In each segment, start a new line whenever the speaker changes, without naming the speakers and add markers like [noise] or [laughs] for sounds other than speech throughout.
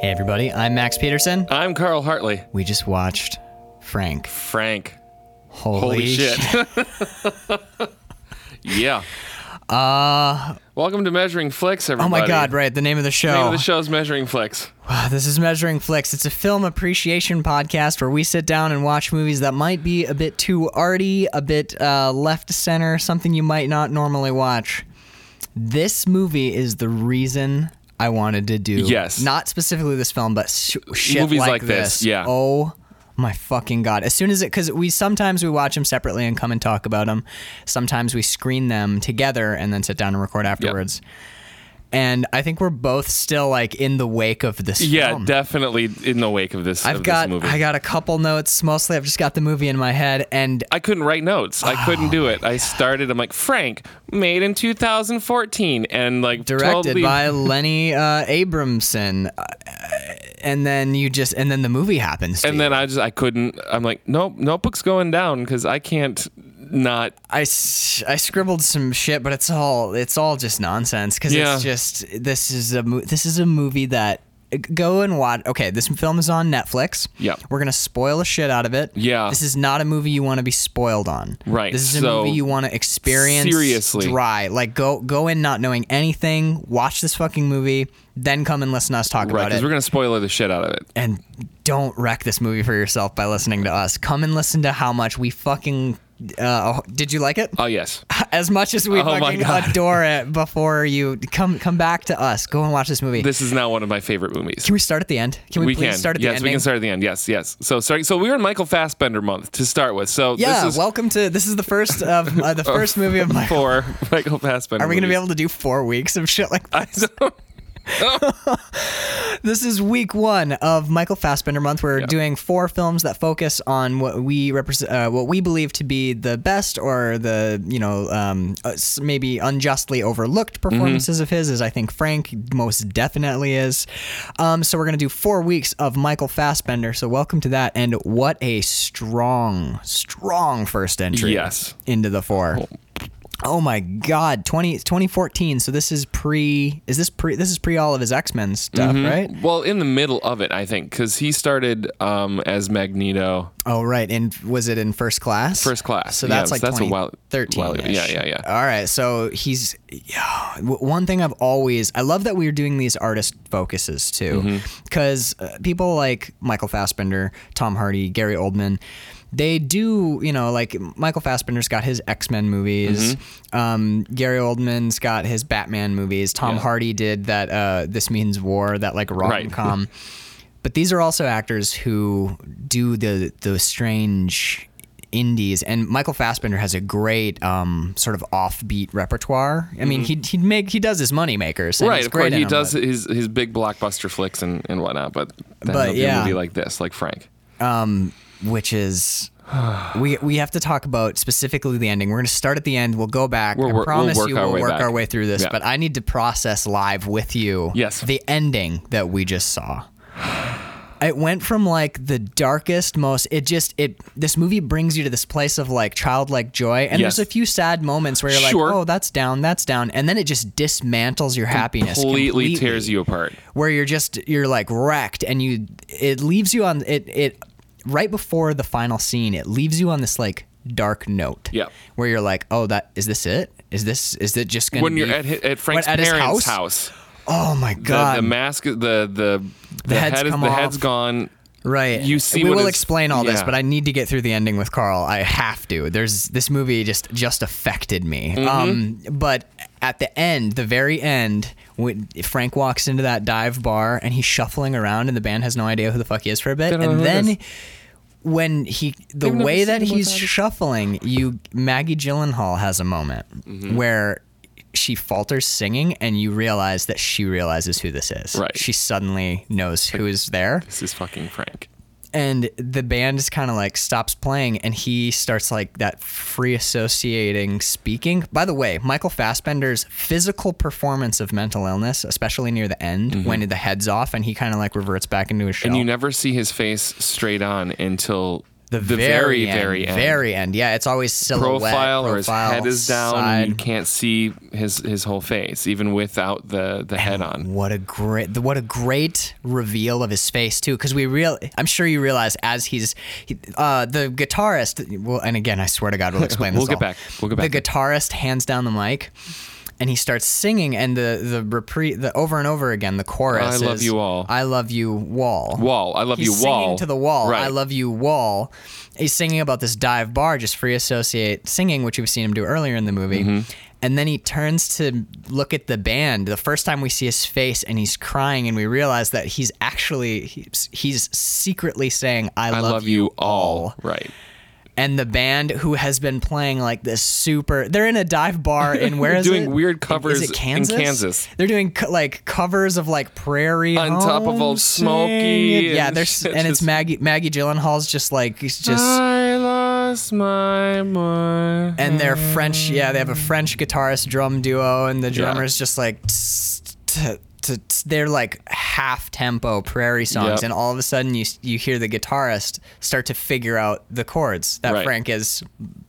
Hey, everybody, I'm Max Peterson.
I'm Carl Hartley.
We just watched Frank.
Frank.
Holy,
Holy shit. [laughs] yeah. Uh welcome to Measuring Flicks,
Oh
everybody.
my god, right, the name of the show.
The name of the show's Measuring Flicks.
Ah, This is Measuring Flicks. It's a film appreciation podcast where we sit down and watch movies that might be a bit too arty, a bit uh, left of center, something you might not normally watch. This movie is the reason I wanted to do.
Yes.
Not specifically this film, but sh- shit
Movies
like,
like this, yeah.
Oh my fucking god! As soon as it, because we sometimes we watch them separately and come and talk about them. Sometimes we screen them together and then sit down and record afterwards. And I think we're both still like in the wake of this
Yeah,
film.
definitely in the wake of this,
I've
of
got
this movie.
I got a couple notes. Mostly, I've just got the movie in my head, and
I couldn't write notes. I couldn't do it. I started I'm like Frank, made in 2014 and like
directed
12 weeks- [laughs]
by Lenny uh, Abramson. Uh, and then you just and then the movie happens. to
and
you.
then I just I couldn't I'm like nope, notebook's going down cuz I can't not
I, s- I scribbled some shit, but it's all it's all just nonsense because
Yeah.
it's just this is a mo- this is a movie that uh, go and watch. Okay, this film is on Netflix.
Yep.
we're gonna spoil the shit out of it.
Yeah.
this is not a movie you want to be spoiled on.
Right,
this is a
so-
movie you want to experience
Seriously.
dry. Like go go in not knowing anything, watch this fucking movie, then come and listen to us talk
right
about
cuz
it
we're going to spoiler the shit out of it.
and don't wreck this movie for yourself by listening to us. Come and listen to how much we fucking. Uh, did you like it?
Oh yes.
[laughs] As much as we
Oh my
fucking
God.
adore it, before you come come back to us, go and watch this movie.
This is now one of my favorite movies.
can we start at the end? Can we,
we
please
can
start at
yes,
the end?
we can start at the end. Yes, yes. So starting, so we were in Michael Fassbender month to start with. So
Yeah,
this is Oh.
welcome to this is the first of uh, the first movie of my.
[laughs] for Michael Fassbender.
Are we going to be
movies.
able to do four weeks of shit like that? [laughs] This is week one of Michael Fassbender month. We're doing four films that focus on what we represent, uh, what we believe to be the best or the you know um, uh, s- maybe unjustly overlooked performances of his. As I think Frank most definitely is. Um, so we're gonna do four weeks of Michael Fassbender. So welcome to that, and what a strong, strong first entry.
Yes.
into the four. Oh my God, 20, 2014. So this is pre. Is this pre? This is pre all of his X Men stuff, right?
Well, in the middle of it, I think, because he started um, as Magneto.
Oh right, and was it in first class?
First class.
So that's
Yeah,
like
so that's a while-
2013.
while ago. Yeah, yeah, yeah.
All right, so he's yeah. W- one thing I've always I love that we're doing these artist focuses
Mm-hmm.
too, because uh, people like Michael Fassbender, Tom Hardy, Gary Oldman. They do, you know, like Michael Fassbender's got his X Men movies.
Mm-hmm.
Um, Gary Oldman's got his Batman movies. Tom Hardy did that. Uh, this means war. That like rom com. But these are also actors who do the the strange indies, and Michael Fassbender has a great um, sort of offbeat repertoire. I mean, he he make he does his money makers, and
Mm-hmm. right,
he's
of course,
great in
he
them,
does
But,
his his big blockbuster flicks and, and whatnot, but then
But,
he'll do
yeah.
a movie like this, like Frank.
which is. We, we have to talk about specifically the ending. We're going to start at the end. We'll go back.
We'll
I
wor- we'll
promise
work
you
our
we'll
way
work
back.
our way through this,
Yeah.
but I need to process live with you
Yes.
the ending that we just saw. it went from like the darkest most it just it this movie brings you to this place of like childlike joy and
Yes.
there's a few sad moments where you're like
Sure.
oh that's down that's down and then it just dismantles your happiness
Completely, tears you apart.
where you're just you're like wrecked and you it leaves you on it it right before the final scene it leaves you on this like dark note
Yeah.
where you're like oh that is this it is this is it just gonna
When
be
you're at hi- at Frank's
What, at his
parents'
house?
house,
oh my
the,
god
the mask, the the the
head's
head, is-
come
the head's
off.
gone.
Right.
You see
we
what
will
is-
explain all this,
yeah.
but I need to get through the ending with Carl. I have to. There's this movie just just affected me.
Mm-hmm.
Um, but at the end, the very end, when Frank walks into that dive bar and he's shuffling around, and the band has no idea who the fuck he is for a bit,
They don't know
and
who it
then.
is.
When he, the
They've never
way
seen
that
him
he's
without it.
shuffling, you Maggie Gyllenhaal has a moment
Mm-hmm.
where she falters singing, and you realize that she realizes who this is.
Right.
She suddenly knows who is there
This is fucking Frank.
and the band is kind of like stops playing and he starts like that free associating speaking by the way michael fassbender's physical performance of mental illness especially near the end
Mm-hmm.
when the head's off and he kind of like reverts back into his shell
And you never see his face straight on until
The,
The
very,
very, very
end,
end.
very end. Yeah, it's always silhouette
profile, or his
profile,
head is down
side.
and you can't see his his whole face even without the the head on
What a great, what a great reveal of his face too, because we real. I'm sure you realize as he's, he, uh, the guitarist. Well, and again, I swear to God, we'll
[laughs]
explain.
We'll
this
get
all.
back. We'll get back.
The guitarist hands down the mic, and he starts singing, and the the reprise, the over and over again, the chorus.
I love
is,
you all.
I love you, wall.
wall i love
He's
you wall
singing to the wall.
right
I love you, wall. He's singing about this dive bar, just free associate singing, which we've seen him do earlier in the movie.
Mm-hmm.
And then he turns to look at the band. The first time we see his face, and he's crying, and we realize that he's actually he's, he's secretly saying, "I,
i
love,
love you all right
And the band who has been playing like this super, they're in a dive bar in where is
Doing
it?
weird
In-
covers
Is it
in
Kansas?
Kansas.
They're doing co- like covers of like Prairie
On top of Old
Homesick.
Smokey and
Yeah,
[laughs]
there's
shit,
and it's
just-
Maggie Maggie Gyllenhaal's just like he's just
i lost my mind
and they're French. Yeah, they have a French guitarist drum duo, and the
Yeah.
drummer's just like. tss, t- t- t- They're like half tempo prairie songs,
Yep.
and all of a sudden you you hear the guitarist start to figure out the chords that
Right.
Frank is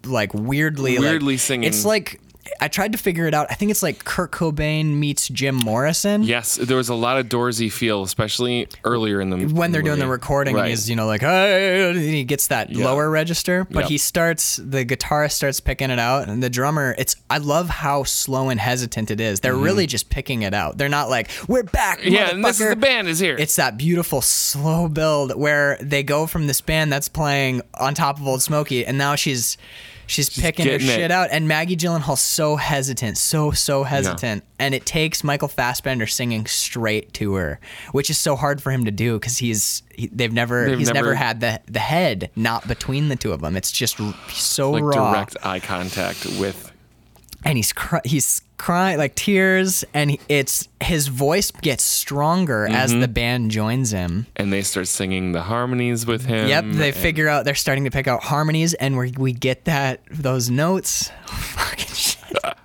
like weirdly like-
Weirdly singing.
It's like I tried to figure it out. I think it's like Kurt Cobain meets Jim Morrison.
yes there was a lot of doorsy feel especially earlier in the
when they're doing the
movie.
recording and
Right.
he's you know like hey and he gets that lower register but
Yep.
he starts the guitarist starts picking it out and the drummer it's i love how slow and hesitant it is they're really just picking it out they're not like we're back
Mm-hmm. yeah and this is the
motherfucker."
band is here
it's that beautiful slow build where they go from this band that's playing on top of Old Smokey, and now she's she's, picking her
getting it.
shit out. And Maggie Gyllenhaal's so hesitant, so so hesitant, and it takes Michael Fassbender singing straight to her, which is so hard for him to do because he's he, they've never
They've
he's never,
never-
had the the head not between the two of them. It's just r- so
like
raw
direct eye contact with
and he's cry- he's crying like tears and he, it's his voice gets stronger as
Mm-hmm.
the band joins him
and they start singing the harmonies with him
Yep, they
and-
figure out they're starting to pick out harmonies, and we we get that those notes. [laughs] Fucking shit.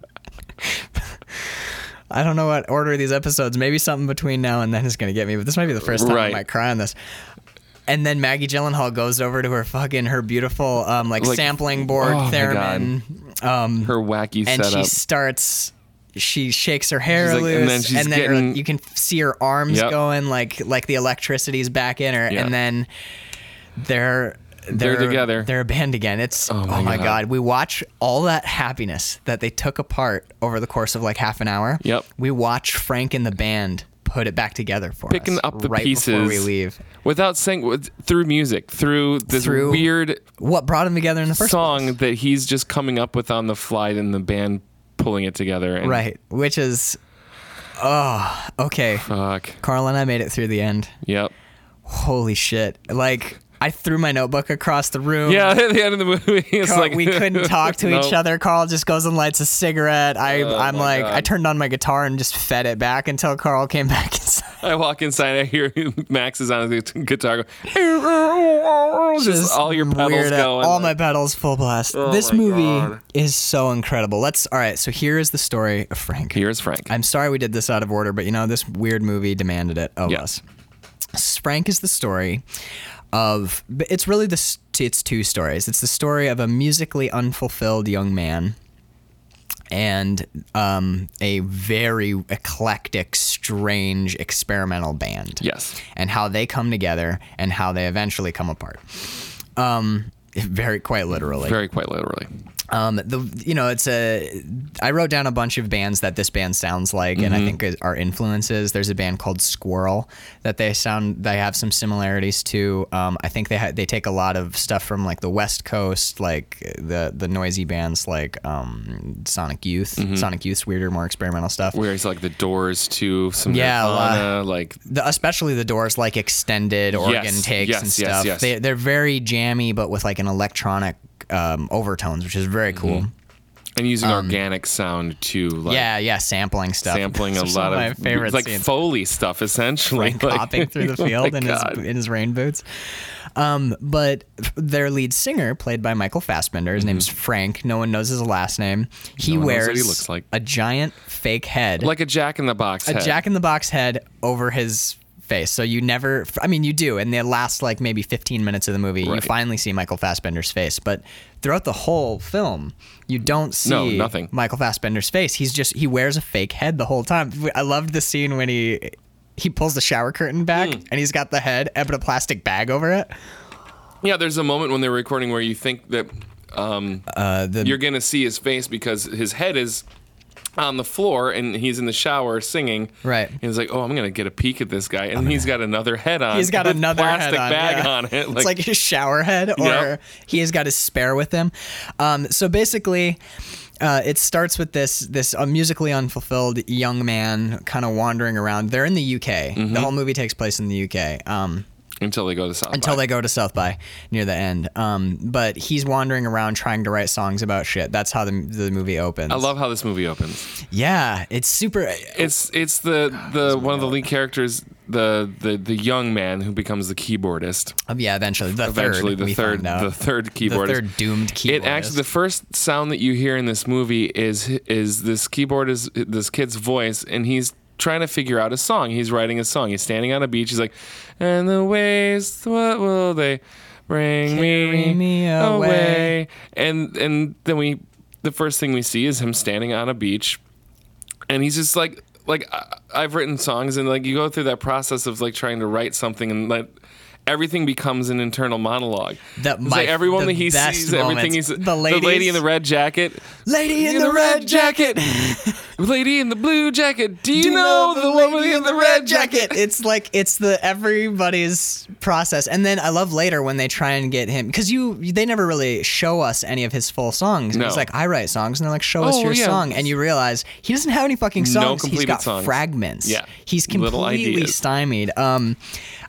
I don't know what order these episodes. Maybe something between now and then is gonna get me, but this might be the first time I
Right.
might cry on this. And then Maggie Gyllenhaal goes over to her fucking her beautiful um like,
Like-
sampling board
oh my
theremin, um,
her wacky
and she
setup
starts. She shakes her hair
She's like-
loose,
and then she's
her-
getting-
you can see her arms
Yep.
going like like the electricity's back in her,
Yeah.
and then they're
They're together.
They're a band again. It's oh my,
my
god.
God.
We watch all that happiness that they took apart over the course of like half an hour.
Yep.
We watch Frank and the band put it back together for
Picking
us
up the
right before
pieces.
we leave.
without saying with- through music through this
Through
weird
What brought them together in the first
song
place?
that he's just coming up with on the fly and the band pulling it together and
right? Which is, oh, okay.
fuck
Carl and I made it through the end.
yep
holy shit like i threw my notebook across the room
yeah [laughs] at the end of the movie it's
Carl-
like [laughs]
we couldn't talk to each
No.
other carl just goes and lights a cigarette i i'm
Oh my
like
God.
i turned on my guitar and just fed it back until carl came [laughs] back inside
I walk inside I hear [laughs] Max is on his guitar going, Oh, just, all your pedals
Weird out.
going Oh
all my pedals full blast this
my
movie
God.
is so incredible let's all right so here is the story of frank
here's Frank
I'm sorry we did this out of order, but you know, this weird movie demanded it of
Yeah.
us. Frank is the story of but it's really this it's two stories. It's the story of a musically unfulfilled young man and um, a very eclectic, strange experimental band
yes
and how they come together and how they eventually come apart. Um, very quite literally.
very quite literally
Um, the you know it's a I wrote down a bunch of bands that this band sounds like, and I
Mm-hmm.
think is, are influences. There's a band called Squirrel that they sound they have some similarities to. Um, I think they ha- they take a lot of stuff from like the West Coast, like the the noisy bands like um, Sonic Youth.
Mm-hmm.
Sonic Youth's weirder, more experimental stuff.
where it's like the doors to some
Yeah, a lot.
Nirvana like
The, especially the Doors, like extended organ takes
yes,
and
yes,
stuff.
yes.
They, they're very jammy, but with like an electronic um, overtones, which is very cool.
Mm-hmm. and using
Um,
organic sound to like
yeah, yeah, sampling stuff. [laughs]
sampling a
Those are
lot
some
of
my favorite
like
scenes.
Foley stuff essentially
Frank
[laughs] Like-
hopping through the
Oh my
field in his
God.
in his rain boots. Um, but their lead singer, played by Michael Fassbender, his name's Frank. No one knows his last name. He
Mm-hmm. No one knows
wears
what he looks like.
a giant fake head,
like a Jack in the Box
a
head.
Jack in the Box head over his face. So you never, I mean, you do in the last like maybe 15 minutes of the movie, you
Right.
finally see Michael Fassbender's face. But throughout the whole film, you don't see
No, nothing.
Michael Fassbender's face. He's just, he wears a fake head the whole time. I loved the scene when he, he pulls the shower curtain back
Mm.
and he's got the head and put a plastic bag over it.
Yeah, there's a moment when they're recording where you think that um,
Uh, the,
you're gonna see his face because his head is on the floor and he's in the shower singing.
Right.
And he's like, "Oh, I'm gonna get a peek at this guy," and he's got another head on.
He's got
[laughs] with
another
plastic
head on,
bag
yeah.
on it.
it's like his shower head, or
Yep.
he has got his spare with him. Um, so basically, uh, it starts with this this uh, musically unfulfilled young man kind of wandering around. They're in the UK.
Mm-hmm.
The whole movie takes place in the UK. Um,
until they go to South.
until
by.
they go to South by near the end. Um, but he's wandering around trying to write songs about shit. That's how the, the movie opens.
I love how this movie opens.
Yeah, it's super.
It's it's the the one of the lead characters, the the the young man who becomes the keyboardist.
uh, yeah, eventually the
Eventually,
third.
the
we
third
find out.
the third
The
keyboardist.
third doomed keyboardist.
It actually the first sound that you hear in this movie is is this keyboard is this kid's voice and he's trying to figure out a song. He's writing a song. He's standing on a beach. He's like, "And the waves, what will they bring
Carry
me,
me away."
And and then we the first thing we see is him standing on a beach and he's just like like I- I've written songs and like you go through that process of like trying to write something and like everything becomes an internal monologue.
The-
It's
my-
like everyone
the
that he
best
sees, everything
moments.
he's
The
lady
ladies-
in the red jacket,
Lady in the red
jacket, [laughs] lady in the blue jacket. Do you, know, the woman in the red jacket?
It's like it's the everybody's process. And then I love later when they try and get him because you they never really show us any of his full songs. And
No.
He's like, I write songs, and they're like, show us
Oh,
your
yeah.
song, and you realize he doesn't have any fucking
No
songs. He's
completed
got
songs.
fragments.
Yeah.
he's
Little
completely
ideas.
stymied. Um,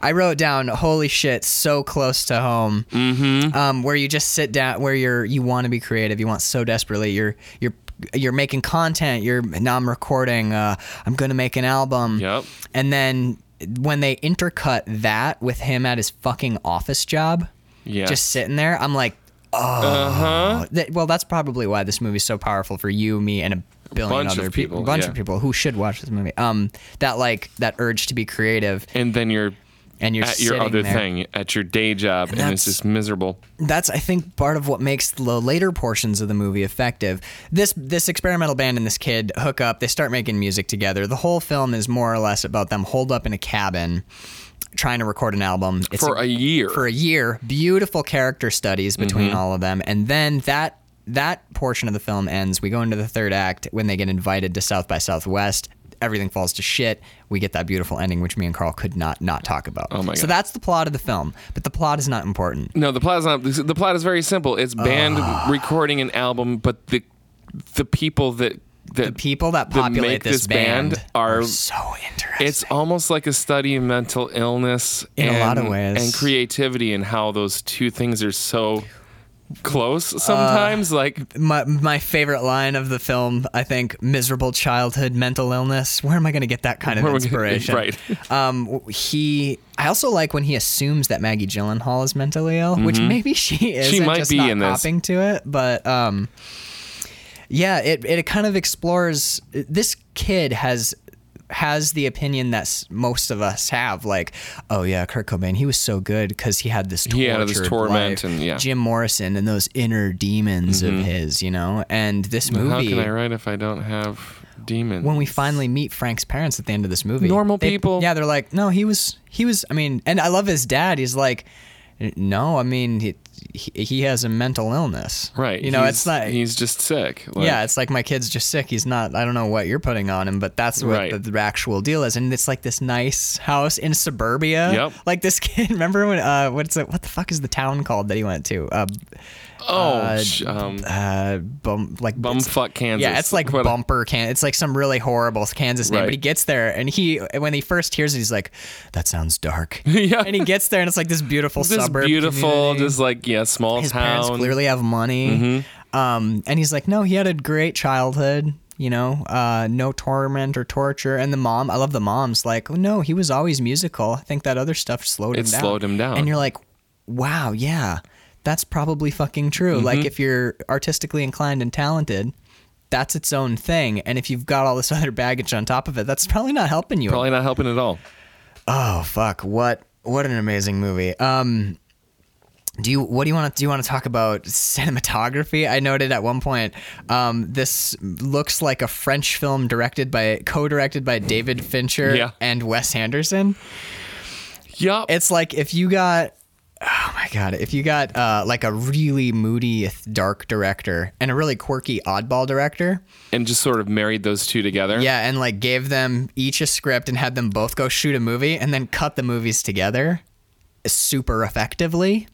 I wrote down, holy shit, so close to home. Mm-hmm. Um, where you just sit down, where you're you want to be creative, you want so desperately, you're you're you're making content. You're now I'm recording. Uh, I'm gonna make an album.
Yep.
And then when they intercut that with him at his fucking office job,
Yeah.
just sitting there, I'm like, oh, That- well, that's probably why this movie's so powerful for you, me, and a billion
Bunch of
other
people,
a bunch
yeah.
of people who should watch this movie. Um, that like that urge to be creative,
and then you're
and you're
at your
sitting
other
there.
thing, at your day job, and,
that's-
it's just miserable.
that's I think part of what makes the later portions of the movie effective. This this experimental band and this kid hook up. They start making music together. The whole film is more or less about them holed up in a cabin, trying to record an album. It's
For a year.
For a year, beautiful character studies between
Mm-hmm.
all of them, and then that that portion of the film ends. We go into the third act when they get invited to South by Southwest. Everything falls to shit. We get that beautiful ending, which me and Carl could not not talk about. Oh
my
So
God.
that's the plot of the film, but the plot is not important.
No, the plot is not. The plot is very simple. It's band
Ah.
recording an album, but the the people that that
the people that populate
make
this,
this band are-
so interesting.
it's almost like a study of mental illness
In a
and,
lot of ways.
and creativity and how those two things are so close
Uh,
sometimes. like
my my favorite line of the film. I think miserable childhood, mental illness. Where am I going to get that kind of
Where am I gonna-
inspiration?
right.
[laughs] Um, w- he. I also like when he assumes that Maggie Gyllenhaal is mentally ill, which maybe she is. and
Mm-hmm. might
just
be
not
in this.
Hopping to it, but um, yeah, it it kind of explores. This kid has has the opinion that s- most of us have like oh yeah Kurt Cobain he was so good because he had this
He had this
tortured life.
torment and- yeah.
Jim Morrison and those inner demons of his, you know. And this
Mm-hmm. how
movie,
can I write if I don't have demons?
when we finally meet Frank's parents at the end of this movie,
Normal
they-
people.
yeah, they're like, no, he was, he was. I mean, and I love his dad. He's like, no, I mean, he he, he has a mental illness,
right,
You know,
he's-
it's not.
He's just sick. Like,
yeah, it's like my kid's just sick. He's not. I don't know what you're putting on him, but that's what
Right.
the, the actual deal is. And it's like this nice house in suburbia.
Yep.
Like this [laughs] kid. Remember when? Uh, what's it? What the fuck is the town called that he went to? Uh,
Oh,
uh,
sh- um,
uh, bum, like it's-
bumfuck Kansas.
Yeah, it's like
What a-
bumper can. It's like some really horrible Kansas name. But
Right.
he gets there, and he when he first hears it, he's like, "That sounds dark."
[laughs] [laughs] Yeah.
And he gets there, and it's like this beautiful
This
suburb.
beautiful,
community.
just like yeah, small
his
town. Mm-hmm.
parents clearly have money. Um, and he's like, "No, he had a great childhood." You know, uh, no torment or torture. And the mom, I love the mom's like, oh, no, he was always musical. I think that other stuff slowed him
It
down.
slowed him down.
And you're like, wow, yeah, that's probably fucking true.
Mm-hmm.
Like, if you're artistically inclined and talented, that's its own [laughs] thing. And if you've got all this other baggage on top of it, that's probably not helping you.
Probably not helping at all.
Oh fuck! What what an amazing movie. Um, do you what do you want to do? You want to talk about [laughs] cinematography? I noted at one point um, this looks like a French film directed by co-directed by David Fincher
Yeah.
and Wes Anderson.
Yup.
It's like if you got oh my god, if you got uh, like a really moody dark director and a really quirky oddball director,
and just sort of married those two together.
yeah, and like gave them each a script and had them both go shoot a movie and then cut the movies together super effectively.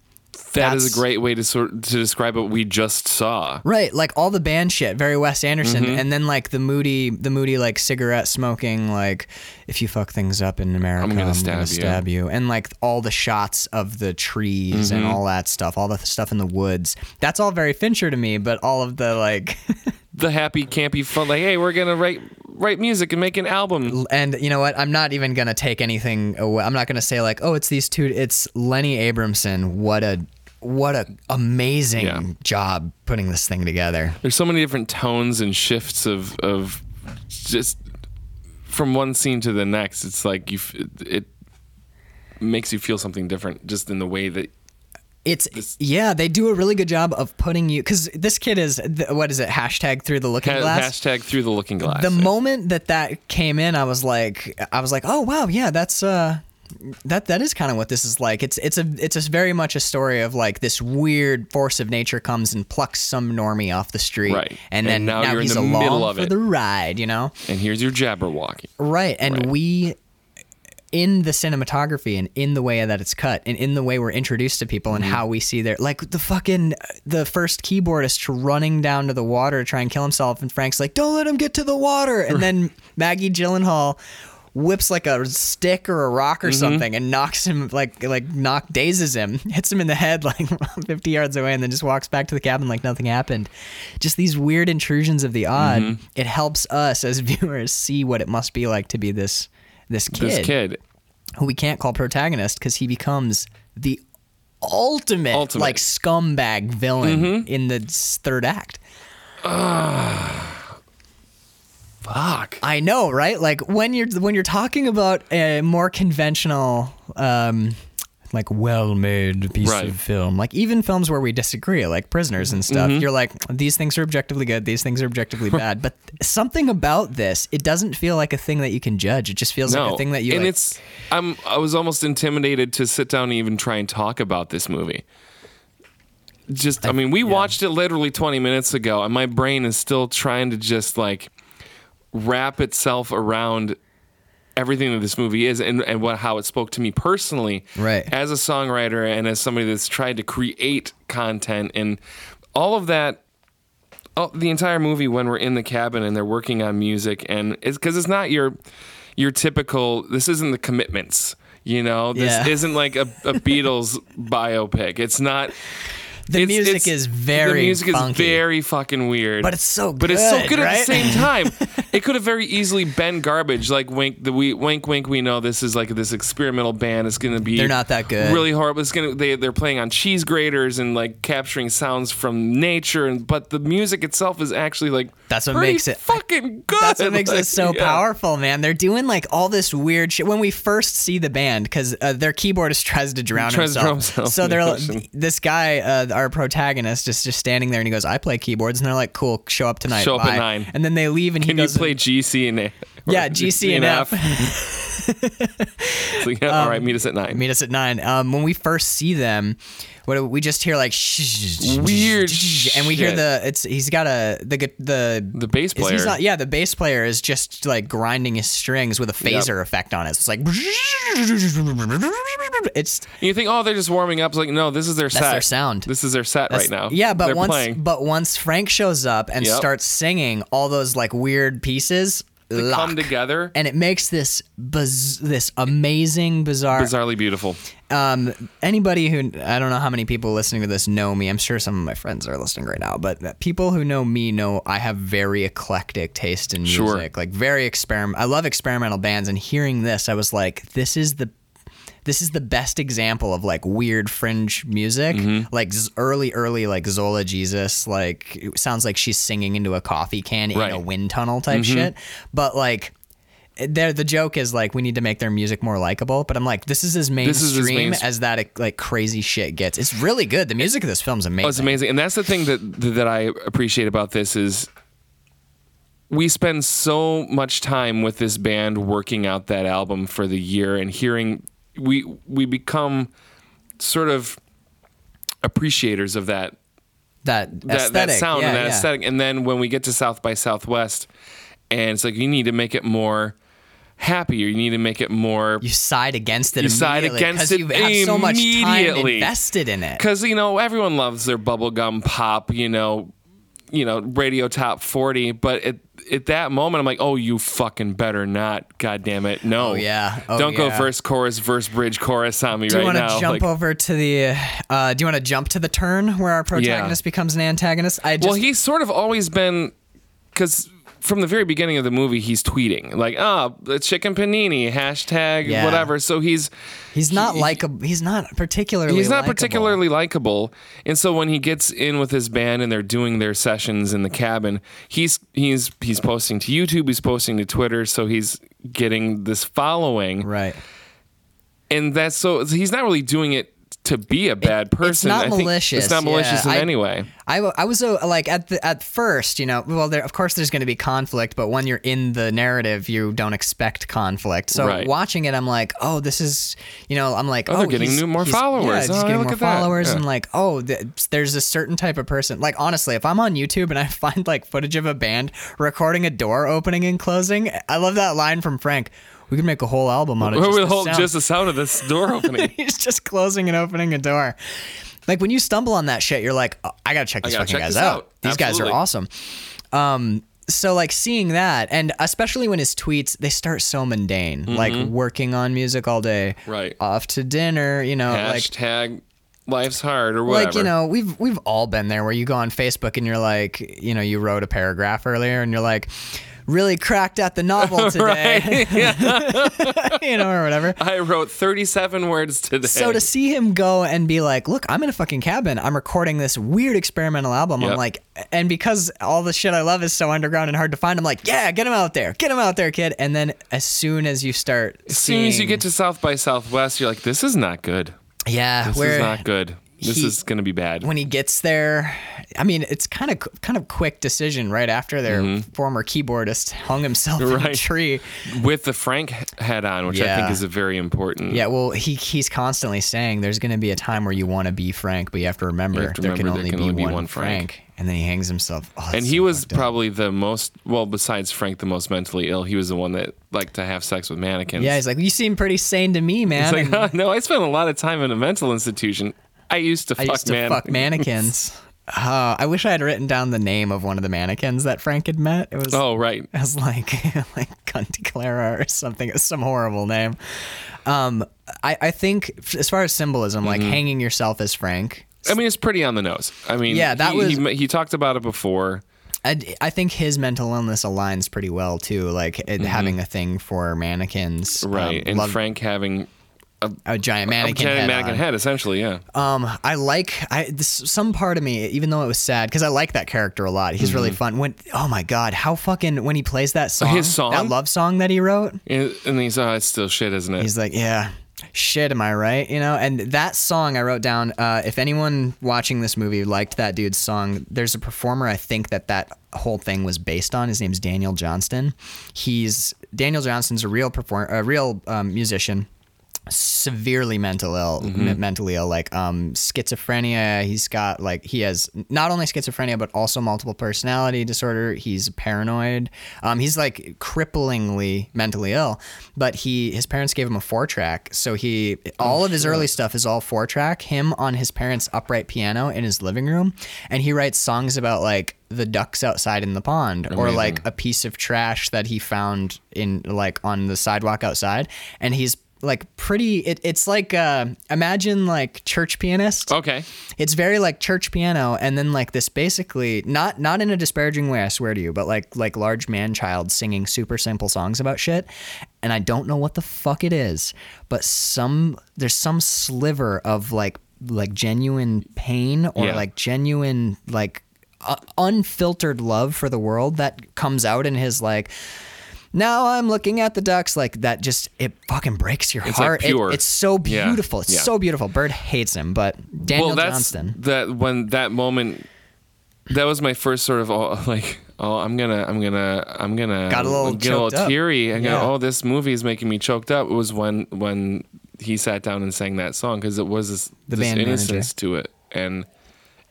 that is
that's-
a great way to sort to describe what we just saw.
Right, like all the band shit, very Wes Anderson,
Mm-hmm.
and then like the moody, the moody like cigarette smoking, like if you fuck things up in America, I'm
gonna
gonna,
stab you.
stab you, and like all the shots of the trees
Mm-hmm.
and all that stuff, all the stuff in the woods. That's all very Fincher to me, but all of the like, [laughs]
The happy campy fun, like hey, we're gonna write write music and make an album.
and you know what? I'm not even gonna take anything away. I'm not gonna say like, oh, it's these two. It's Lenny Abramson. What a what a amazing
Yeah.
job putting this thing together.
There's so many different tones and shifts of of just from one scene to the next. It's like you f- it makes you feel something different just in the way that
It's yeah, they do a really good job of putting you because this kid is th- what is it hashtag through the looking
ha-
glass.
hashtag through the looking glass.
the moment that that came in, I was like, I was like, oh wow, yeah, that's uh, that that is kind of what this is like. It's it's a it's a very much a story of like this weird force of nature comes and plucks some normie off the street,
Right.
And
And
then
now
now,
you're in
he's
the
along
middle of
for
it.
the ride, you know.
and here's your Jabberwocky.
Right. And
Right.
we, in the cinematography and in the way that it's cut and in the way we're introduced to people and how we see their, like the fucking, the first keyboardist running down to the water to try and kill himself. And Frank's like, don't let him get to the water. And then Maggie Gyllenhaal whips like a stick or a rock or something and knocks him like like knock dazes him [laughs] hits him in the head like [laughs] 50 yards away and then just walks back to the cabin like nothing happened just these weird intrusions of the odd it helps us as [laughs] viewers see what it must be like to be this this kid,
This kid,
who we can't call protagonist because he becomes the ultimate,
Ultimate. Mm-hmm.
like scumbag villain in the s- third act
fuck.
I know, right? Like when you're when you're talking about a more conventional, um, like well-made piece
Right.
of film, like even films where we disagree, like Prisoners and
Mm-hmm.
stuff, you're like, these things are objectively good, these things are
[laughs]
objectively bad. But something about this, it doesn't feel like a thing that you can judge. It just feels like a thing that you.
and
like-
it's I'm I was almost intimidated to sit down and even try and talk about this movie. Just I mean, we watched it literally 20 minutes ago, and my brain is still trying to just like wrap itself around everything that this movie is and, and what how it spoke to me personally
Right.
as a songwriter and as somebody that's tried to create content and all of that all, Oh, the entire movie when we're in the cabin and they're working on music and it's because it's not your your typical this isn't the commitments you know this
Yeah.
isn't like a, a beatles biopic it's not
the
it's-
music
it's-
is very
the music
funky.
is very fucking weird
But it's so
but it's so
good,
good
right?
at the same
[laughs]
time it could have very easily been garbage like wink the we wink wink we know this is like this experimental band it's gonna be
They're not that good.
really horrible it's gonna they, they're playing on cheese graters and like capturing sounds from nature and but the music itself is actually like
That's what
pretty
makes it-
fucking good
That's what
[laughs]
makes
Like,
it so
yeah.
powerful, man. They're doing like all this weird shit when we first see the band because uh, their keyboardist tries to drown
Tries to
himself.
drown himself
So
in the
they're
ocean.
this guy, uh, our protagonist, is just standing there and he goes, "I play keyboards," and they're like, "Cool, show up tonight."
Show up at
bye."
nine.
And then they leave, and he
can you
goes,
play gc and a
[laughs] Yeah, GC and F. [laughs] Um,
It's like, yeah, all right meet us at nine
Meet us at nine. Um, when we first see them, what we just hear like [laughs] shh,
Weird
and we hear
shit.
the it's he's got a the gu- the
the bass
Is
player
He's not, yeah, the bass player is just like grinding his strings with a phaser effect on it. So it's like it's
And you think, oh, they're just warming up. It's like, no, this is their set.
their sound.
This is their set right now.
yeah, but
they're
once
playing.
but once Frank shows up and
Yep.
starts singing all those like weird pieces, lock.
come together.
and it makes this biz- this amazing bizarre
Bizarrely beautiful.
um, anybody who I don't know how many people listening to this know me. I'm sure some of my friends are listening right now, but people who know me know I have very eclectic taste in music.
Sure.
Like very experiment. I love experimental bands, and hearing this, I was like, this is the. This is the best example of like weird fringe music,
Mm-hmm.
like z- early, early like Zola Jesus, like it sounds like she's singing into a coffee can in
Right. Mm-hmm.
a wind tunnel type shit. But like they're, the joke is like we need to make their music more likable, but I'm like, this is as
is as
mainstream
mainst-
as that like crazy shit gets. It's really good. The music of this film's amazing.
Oh, it's amazing, and that's the thing that that I appreciate about this is we spend so much time with this band working out that album for the year and hearing we we become sort of appreciators of that
that
that,
aesthetic.
that sound
yeah,
and that
yeah.
aesthetic. And then when we get to South by Southwest, and it's like you need to make it more happier. You need to make it more
You side against it.
You side
immediately 'cause
against it
you have so much time
immediately.
invested in it.
because you know everyone loves their bubblegum pop. You know, you know radio top forty. But at at that moment, I'm like, oh, you fucking better not. God damn it, no.
Oh, yeah. Oh,
Don't go
yeah.
first chorus, verse bridge, chorus on me
Do you
right
want to
now.
jump
Like,
over to the? Uh, do you want to jump to the turn where our protagonist becomes an antagonist? I just
well, he's sort of always been because from the very beginning of the movie, he's tweeting like, "Ah, the chicken panini hashtag
Yeah.
whatever." So he's
he's not like he's not particularly
he's not
likable.
particularly likable, and so when he gets in with his band and they're doing their sessions in the cabin, he's he's he's posting to YouTube, he's posting to Twitter, so he's getting this following,
right.
and that's so he's not really doing it to be a bad person.
not
I think
malicious,
It's not
yeah.
malicious
I-
in any way.
I, w- I was so like at the at first, you know. Well, there of course there's going to be conflict, but when you're in the narrative, you don't expect conflict. So
Right.
watching it, I'm like, oh, this is, you know, I'm like, oh,
they're getting
he's-
new- more
he's- yeah,
followers.
he's
Oh,
getting
look
more
at that.
followers,
Yeah.
and like, oh, th- there's a certain type of person. Like honestly, if I'm on YouTube and I [laughs] find like footage of a band recording a door opening and closing, I love that line from Frank. We could make a whole album out of
Or
just
with
the
whole-
sound."
just the sound of this
[laughs]
door opening.
He's just closing and opening a door. Like when you stumble on that shit, you're like, oh, I gotta check these
gotta
fucking
check
guys
this
out.
out.
These guys
Absolutely.
are awesome. Um, so like seeing that, and especially when his tweets, they start so mundane, like working on music all day,
Mm-hmm. Right.
Off to dinner, you know, like
hashtag life's hard or whatever.
like you know, we've we've all been there where you go on Facebook and you're like, you know, you wrote a paragraph earlier and you're like, really cracked at the novel today,
[laughs]
[laughs]
right? Yeah.
you know, or whatever.
I wrote 37 words today.
So to see him go and be like, "Look, I'm in a fucking cabin. I'm recording this weird experimental album." I'm
Yep.
like, and because all the shit I love is so underground and hard to find, I'm like, "Yeah, get him out there, get him out there, kid." And then as soon as you start,
as soon as you get to South by Southwest, you're like, this is not good.
yeah,
This
where
is not good. This
he-
is going to be bad.
when he gets there, I mean, it's kind of kind of quick decision right after their former keyboardist hung himself in a
Mm-hmm. Right.
tree.
With the Frank h- hat on, which I
Yeah.
think is a very important.
Yeah, well, he he's constantly saying there's going to be a time where you want to be Frank, but you have to remember,
to
there
remember
can only be, one, Frank. And then he hangs himself. Oh, that's
And he
so
was
fucked up.
probably the most, well, besides Frank, the most mentally ill. He was the one that liked to have sex with mannequins.
Yeah, he's like, you seem pretty sane to me, man.
[laughs] It's
And
like, [laughs] no, I spent a lot of time in a mental institution. I used to
I
fuck
used to
man.
fuck
[laughs]
mannequins. Uh, I wish I had written down the name of one of the mannequins that Frank had met. It was,
Oh, right.
it was like [laughs] like Cunty Clara or something. It was some horrible name. Um, I, I think f- as far as symbolism, like
Mm-hmm.
hanging yourself as Frank.
I mean, it's pretty on the nose. I mean,
Yeah, that
he,
was-
he, he talked about it before.
I, I think his mental illness aligns pretty well too. Like it, having a thing for mannequins,
Mm-hmm. right?
Um,
and
love-
Frank having
a giant mannequin,
Janet
head
mannequin
on.
head, essentially, yeah.
Um, I like I this, some part of me, even though it was sad, because I like that character a lot. He's really fun. When oh my god, how fucking when he plays that song,
Mm-hmm. Oh, His song?
that love song that he wrote,
and, and he's, oh, it's still shit, isn't it?
he's like, yeah, shit, am I right? You know, and that song I wrote down. Uh, if anyone watching this movie liked that dude's song, there's a performer I think that that whole thing was based on. His name's Daniel Johnston. He's Daniel Johnston's a real perform a real um, musician severely mental ill m- mentally ill like um schizophrenia he's got like he has not only schizophrenia but also multiple personality disorder he's paranoid um he's like cripplingly mentally ill but he his parents gave him a four track so he all of his early stuff is all four track him on his parents upright piano in his living room and he writes songs about like the ducks outside in the pond or
Amazing.
like a piece of trash that he found in like on the sidewalk outside and he's like pretty it, it's like uh imagine like church pianist
okay,
it's very like church piano and then like this basically not not in a disparaging way i swear to you but like like large man child singing super simple songs about shit and i don't know what the fuck it is but some there's some sliver of like like genuine pain or
Yeah.
like genuine like uh, unfiltered love for the world that comes out in his like now I'm looking at the ducks. Like that just it fucking breaks your
It's, like,
heart. It-
pure.
it's so
Yeah,
beautiful. It's
yeah.
so beautiful. Bird hates him, but Daniel
well, that's
Johnston.
that when that moment. That was my first sort of oh, [laughs] like oh I'm gonna I'm gonna I'm gonna
Got a little
get a
choked
little
up.
teary and
Yeah.
go oh this movie is making me choked up. It was when when he sat down and sang that song because it was this,
The
this
band manager.
innocence to it and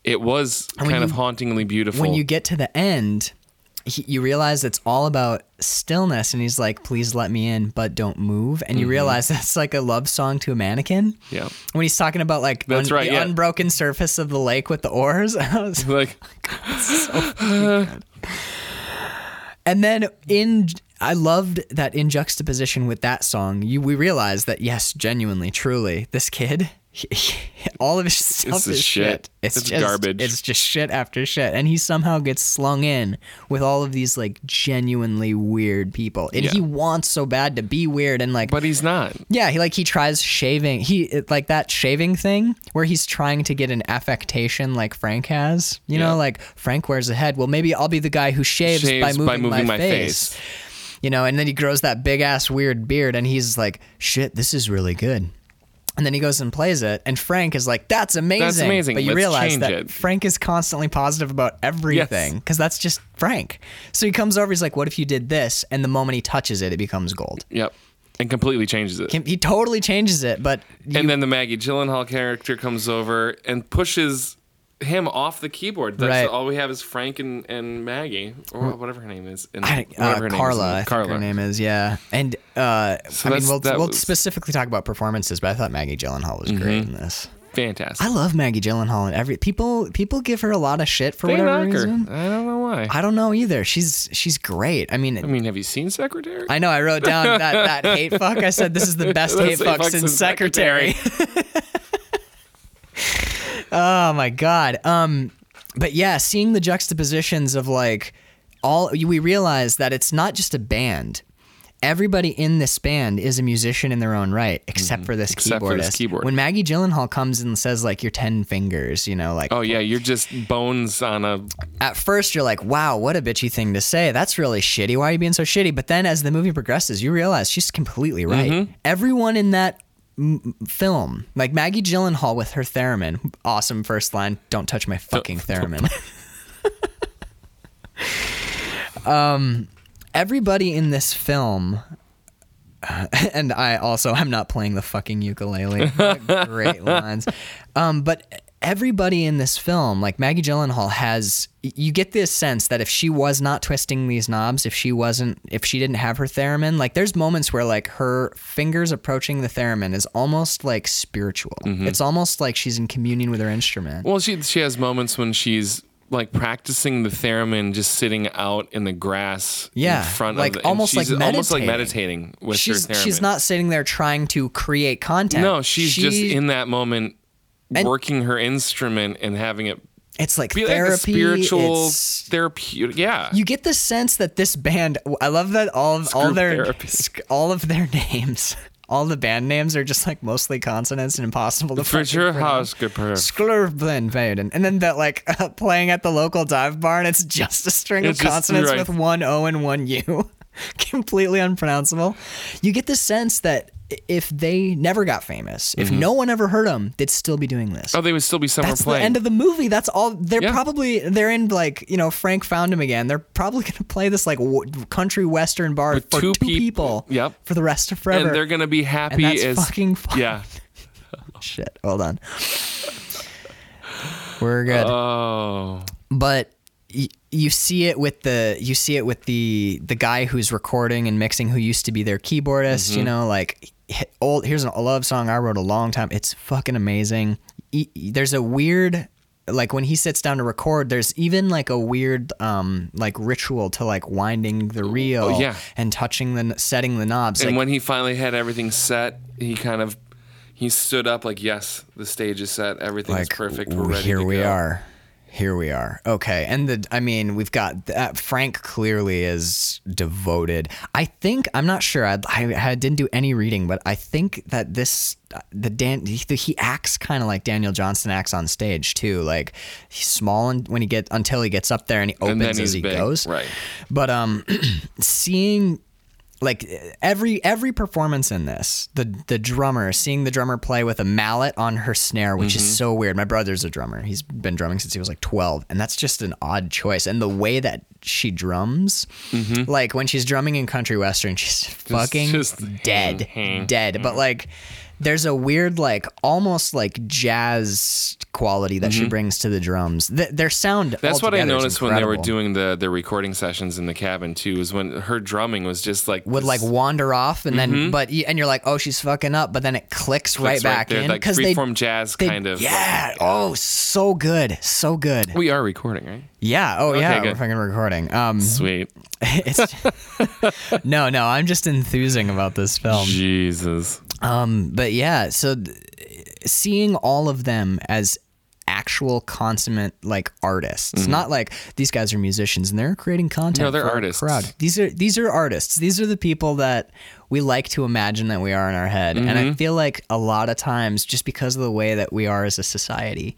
it was
when
kind of
you-
hauntingly beautiful.
When you get to the end, he, you realize it's all about stillness, and he's like, "Please let me in, but don't move." And you realize [laughs] that's like a love song to a mannequin.
Mm-hmm. yeah,
When he's talking about like
That's right,
the
yeah.
unbroken surface of the lake with the oars, [laughs] I was-
like
And then in I loved that in juxtaposition with that song, you we realized that yes, genuinely, truly, this kid, he- he- all of his stuff
It's
is
just
shit.
shit.
It's,
It's
just
garbage.
It's just shit after shit, and he somehow gets slung in with all of these like genuinely weird people, and
Yeah.
he wants so bad to be weird and like.
but he's not.
yeah, he like he tries shaving. He it- like that shaving thing where he's trying to get an affectation like Frank has. You
Yeah.
know, like Frank wears a head. Well, maybe I'll be the guy who shaves,
Shaves
by moving,
my,
face you know, and then he grows that big ass weird beard and he's like, shit, this is really good. And then he goes and plays it, and Frank is like, "That's amazing."
amazing.
But you
Let's
realize
change
that
it.
Frank is constantly positive about everything because that's just Frank. So he comes over, he's like, "What if you did this?" And the moment he touches it, it becomes gold.
Yep, and completely changes it.
He he totally changes it, but
and then the Maggie Gyllenhaal character comes over and pushes him off the keyboard. That's
Right.
all we have is Frank and, and Maggie, or whatever her name is. And
I, uh,
whatever her name is.
Carla, I think her name is, yeah. And uh, I mean,
that's-
we'll,
that
we'll
was- Mm-hmm.
specifically talk about performances, but I thought Maggie Gyllenhaal was great in this.
Fantastic.
I love Maggie Gyllenhaal and every people people give her a lot of shit for
they
whatever
knock her.
reason.
I don't know why. I,
I don't know either. She's she's great. I mean, I,
mean, have you seen Secretary?
know I wrote down that that hate
[laughs]
fuck. I said this is the best
That's
hate fuck since Secretary. [laughs] oh my god. Um, but yeah, seeing the juxtapositions of like all we realize that it's not just a band. Everybody in this band is a musician in their own right, except for this
Mm-hmm. Except
keyboardist.
for this keyboard.
When Maggie Gyllenhaal comes and says like your ten fingers, you know, like
Oh yeah, you're just bones on a.
at first you're like, wow, what a bitchy thing to say. That's really shitty. Why are you being so shitty? But then as the movie progresses, you realize she's completely right. Everyone in that m- film, like Maggie Gyllenhaal with her theremin, awesome first line, don't touch my fucking theremin. [laughs] um, Um, everybody in this film. uh, [laughs] and I also I'm not playing the fucking ukulele.
[laughs]
Great lines. Um, but everybody in this film, like Maggie Gyllenhaal, has y- you get this sense that if she was not twisting these knobs, if she wasn't, if she didn't have her theremin, like there's moments where like her fingers approaching the theremin is almost like spiritual.
Mm-hmm.
It's almost like she's in communion with her instrument.
Well, she she has moments when she's like practicing the theremin, just sitting out in the grass.
Yeah,
in front
like,
of the, and
almost like
she's almost like
meditating.
meditating with
She's
her theremin.
she's not sitting there trying to create content.
No, she's
She-
just in that moment
And-
working her instrument and having it
It's like
be
therapy.
like a spiritual
it's-
therapeutic. Yeah.
you get the sense that this band i love that all of all
group
their
therapy.
sc- all of their [laughs] names all the band names are just like mostly consonants and impossible to
for
fucking
sure,
pronounce.
housekeeper.
Sklervenvaden. And then that like [laughs] playing at the local dive bar and it's just a string
It's
of
just
consonants
right.
with one O and one U. [laughs] Completely unpronounceable. You get the sense that i- if they never got famous,
Mm-hmm.
if no one ever heard them, they'd still be doing this.
Oh, they would still be somewhere
That's
playing.
the end of the movie. That's all. They're
Yeah.
probably they're in like you know Frank found him again. They're probably [laughs] gonna play this like w- country western bar for two,
two peop-
people.
Yep.
For the rest of forever.
and they're gonna be
And
happy
that's
as
fucking fine.
[laughs] yeah.
Shit. Hold on. We're good.
Oh,
but y- you see it with the you see it with the the guy who's recording and mixing who used to be their keyboardist
Mm-hmm.
you know like h- old here's a love song i wrote a long time it's fucking amazing E- e- there's a weird like when he sits down to record there's even like a weird um like ritual to like winding the reel
Oh, yeah.
and touching the kn- setting the knobs
and
like
when he finally had everything set, he kind of he stood up like, "Yes, the stage is set. Everything is
like
perfect. We're
w-
ready."
here
to
we
go."
are here we are okay and the i mean we've got that frank clearly is devoted i think i'm not sure i, I, I didn't do any reading but i think that this uh, the dan he, he acts kind of like daniel johnson acts on stage too like he's small and when he get until he gets up there and he opens
then
as
he's
he
big,
goes
right.
but um [clears throat] seeing like every every performance in this the the drummer seeing the drummer play with a mallet on her snare which
Mm-hmm.
is so weird my brother's a drummer he's been drumming since he was like 12 and that's just an odd choice and the way that she drums like when she's drumming in country western she's fucking
Mm-hmm. just- [laughs]
dead dead but like there's a weird like almost like jazz quality that she brings to the drums Th- their sound
Mm-hmm. That's what I
altogether is
noticed when they were
incredible.
doing the the recording sessions in the cabin too. Is when her drumming was just like
would like
this-
wander off and then
Mm-hmm.
but y- and you're like oh she's fucking up but then it clicks, right
it's
back
there,
in
like
because they,
freeform jazz
they-
kind of.
yeah oh so good so good
we are recording, right?
yeah oh yeah
good.
we're fucking recording um [laughs]
Sweet, [laughs]
it's no no I'm just enthusing about this film
Jesus.
um but yeah so th- seeing all of them as actual consummate like artists not like these guys are musicians and they're creating content
Mm-hmm. No, they're
for our
artists.
crowd. these are these are artists these are the people that we like to imagine that we are in our head and
Mm-hmm.
i feel like a lot of times just because of the way that we are as a society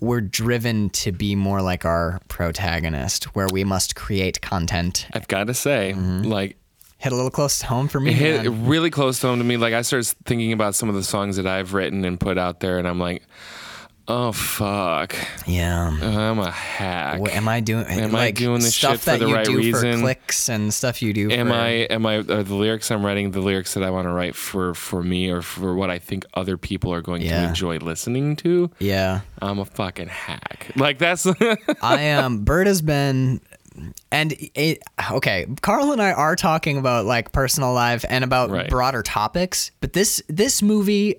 we're driven to be more like our protagonist where we must create content
I've got to say,
Mm-hmm.
like
hit a little close to home for me
it hit
man.
really close to home to me. Like I started thinking about some of the songs that I've written and put out there, and I'm like, oh fuck,
yeah
I'm a hack.
What am I doing?
Am I
like,
doing this
stuff
shit for
that
the
you
right
do
reason?
for clicks and stuff you do?
Am
for,
I am I are the lyrics I'm writing the lyrics that I want to write for for me or for what I think other people are going to
Yeah.
enjoy listening to? [laughs]
Yeah,
I'm a fucking hack. Like that's [laughs]
I am. Bird has been, and it, okay. Carl and I are talking about like personal life and about
Right.
broader topics, but this this movie,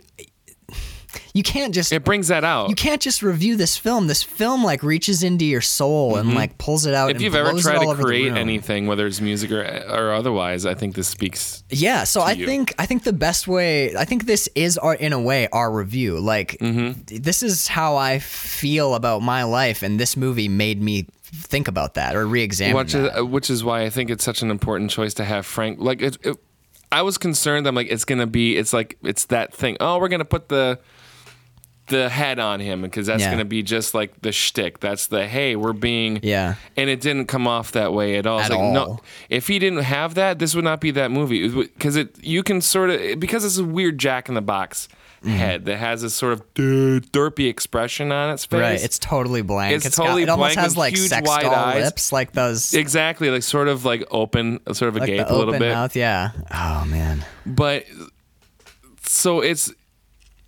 you can't just
it brings that out.
you can't just review this film. This film like reaches into your soul and like pulls it out.
Mm-hmm. if
and
you've ever
blows it
tried
all
to
over the
create
room.
anything, whether it's music or or otherwise, I think this speaks.
Yeah, so I
you.
think I think the best way I think this is our in a way our review. Like
Mm-hmm.
this is how I feel about my life, and this movie made me think about that or re-examine
Which
that.
is, uh, which is why I think it's such an important choice to have Frank. Like it, it, I was concerned. I'm like, it's gonna be. It's like it's that thing. Oh, we're gonna put the the head on him because that's
Yeah.
gonna be just like the shtick. That's the hey, we're being.
Yeah.
And it didn't come off that way at all. It's
At
like, no-
all.
if he didn't have that, this would not be that movie. Because it, you can sort of because it's a weird Jack in the Box
Mm-hmm.
head that has this sort of derpy expression on its face.
Right, it's totally blank.
It's
It's
totally
got, it almost
blank
has
with
like
huge
sex
wide
doll
eyes.
lips, like those
Exactly, like sort of like open, sort of a
like
gape
the
a little
open
bit.
mouth. Yeah. Oh man.
But so it's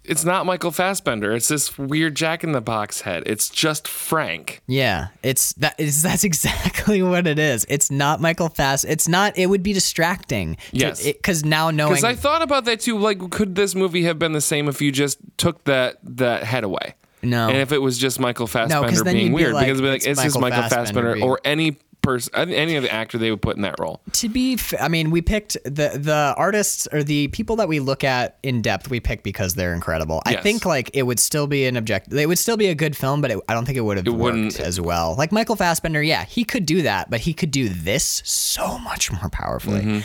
it's not Michael Fassbender. It's this weird Jack in the Box head. It's just Frank.
Yeah, it's that is [laughs] that's exactly what it is. It's not Michael Fass. It's not. It would be distracting. to-
Yes.
it- Cause now knowing
Because I thought about that too. Like, could this movie have been the same if you just took that that head away?
No.
And if it was just Michael Fassbender
'cause then
being
you'd be
weird,
like,
because it'd be like,
it's
it's, just
Michael
Michael
Fassbender
Fassbender,
being-
or any person, any other actor they would put in that role.
to be f- i mean we picked the the artists or the people that we look at in depth we pick because they're incredible i
Yes.
think like it would still be an object it would still be a good film but it, i don't think it would have worked
wouldn't-
as well like michael fassbender yeah he could do that but he could do this so much more powerfully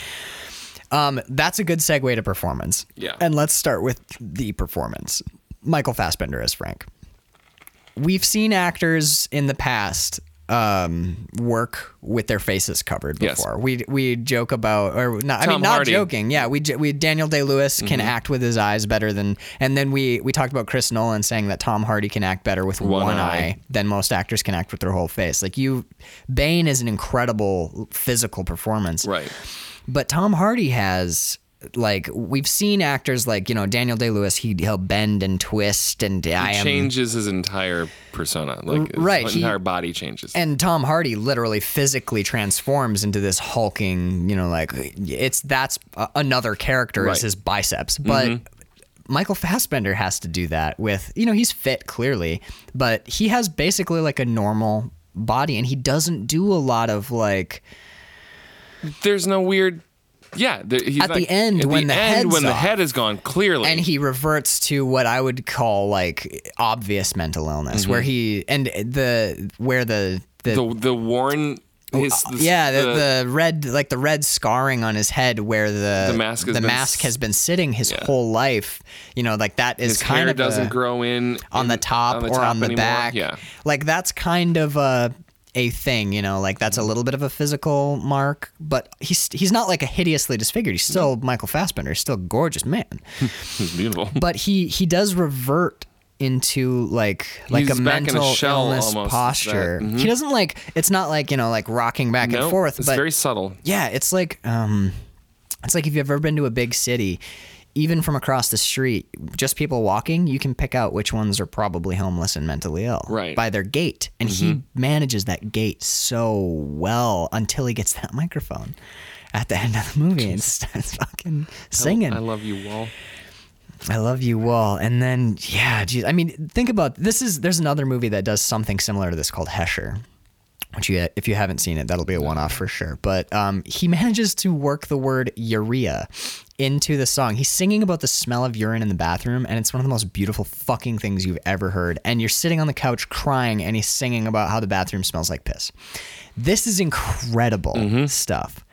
um that's a good segue to performance
Mm-hmm. Yeah.
and let's start with the performance michael fassbender as frank we've seen actors in the past um, work with their faces covered
Yes.
before. We we joke about or not. I
Tom
mean, not
Hardy. Mm-hmm.
joking. Yeah, we j- we Daniel Day Lewis can act with his eyes better than, and then we we talked about Chris Nolan saying that Tom Hardy can act better with one,
eye.
eye. than most actors can act with their whole face. Like you, Bane is an incredible physical performance,
Right.
but Tom Hardy has like we've seen actors like you know Daniel Day Lewis. He he'll bend and twist and I am
changes his entire persona. Like, his
right, he-
entire body changes.
and Tom Hardy literally physically transforms into this hulking, you know, like it's that's uh, another character
Right.
is his biceps, but. Michael Fassbender has to do that with, you know, he's fit clearly, but he has basically like a normal body and he doesn't do a lot of like
there's no weird. Yeah, there, he's
At
not-
the end,
at
when
the
the
end,
head's
when the
off.
head is gone, clearly,
and he reverts to what I would call like obvious mental illness where he and the where the the
the the worn his [laughs] the,
Oh, uh, yeah, the,
the-
the, red like the red scarring on his head where the
The mask has been
mask
s-
has been sitting his whole life. You know, like that is
his
kind
hair
of
doesn't
a-
grow in
on the
in-
top or on the
anymore.
back.
Yeah, [laughs]
Like that's kind of a a thing, you know, like
Mm-hmm.
that's a little bit of a physical mark, but he's he's not like a hideously disfigured.
Mm-hmm.
He's still Michael Fassbender, he's still a gorgeous
[laughs]
man.
It's beautiful.
But he he does revert into like like
He's
a
back in a
mental
shell
illness
almost,
posture.
that-
He doesn't like it's not like, you know, like rocking back
No,
and forth,
it's
but
very subtle.
yeah, it's like um, it's like if you've ever been to a big city, even from across the street, just people walking, you can pick out which ones are probably homeless and mentally ill
Right. Mm-hmm.
by their gait. And he manages that gait so well until he gets that [laughs] microphone at the end of the movie and starts fucking singing.
I love you, Wall.
I love you, Wall. And then, yeah, geez. I mean, think about this. Is there's another movie that does something similar to this called Hesher, which you, if you haven't seen it, that'll be a one-off for sure. But um, he manages to work the word urea into the song. He's singing about the smell of urine in the bathroom, and it's one of the most beautiful fucking things you've ever heard. And you're sitting on the couch crying, and he's singing about how the bathroom smells like piss. This is incredible stuff.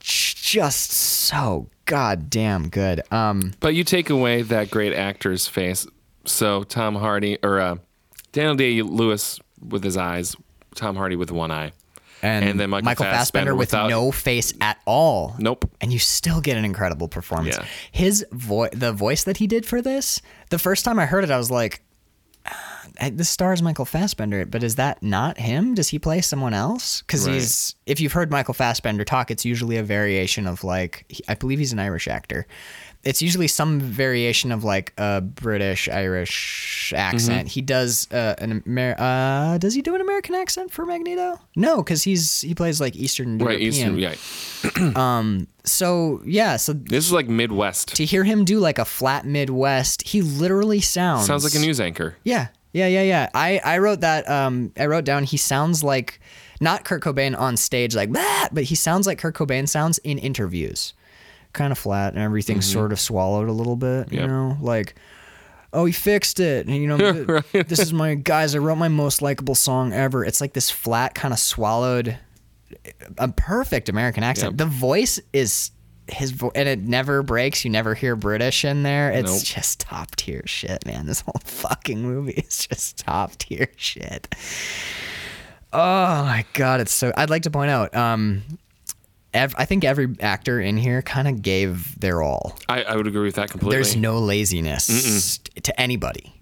J- Just so goddamn good. Um.
But you take away that great actor's face. So Tom Hardy or uh, Daniel Day Lewis with his eyes, Tom Hardy with one eye.
and,
And then Michael Fassbender
with
without-
no face at all.
Nope.
And you still get an incredible performance.
Yeah.
His voice, the voice that he did for this, the first time I heard it, I was like, "Ah, "This stars Michael Fassbender, but is that not him? Does he play someone else?" Because
Right.
he's, if you've heard Michael Fassbender talk, it's usually a variation of like, he- I believe he's an Irish actor. It's usually some variation of like a British Irish accent.
Mm-hmm.
He does uh, an Amer- uh, does he do an American accent for Magneto? No, because he's he plays like Eastern
Right,
European.
Eastern, yeah.
So yeah, so
This is like Midwest.
to hear him do like a flat Midwest, he literally sounds
Sounds like a news anchor.
Yeah, yeah, yeah, yeah. I I wrote that. Um, I wrote down he sounds like not Kurt Cobain on stage like that, but he sounds like Kurt Cobain sounds in interviews, kind of flat and everything's sort of swallowed a little bit. You
Yep.
know, like. Oh, he fixed it. And, you know, this is my guys. I wrote my most likable song ever. It's like this flat, kind of swallowed, a perfect American accent.
Yep.
The voice is his voice, and it never breaks. You never hear British in there. It's
Nope.
just top tier shit, man. This whole [laughs] fucking movie is just top tier shit. Oh my god, it's so. I'd like to point out. Um, ev- I think every actor in here kind of gave their all.
I, I would agree with that completely.
There's no laziness to anybody.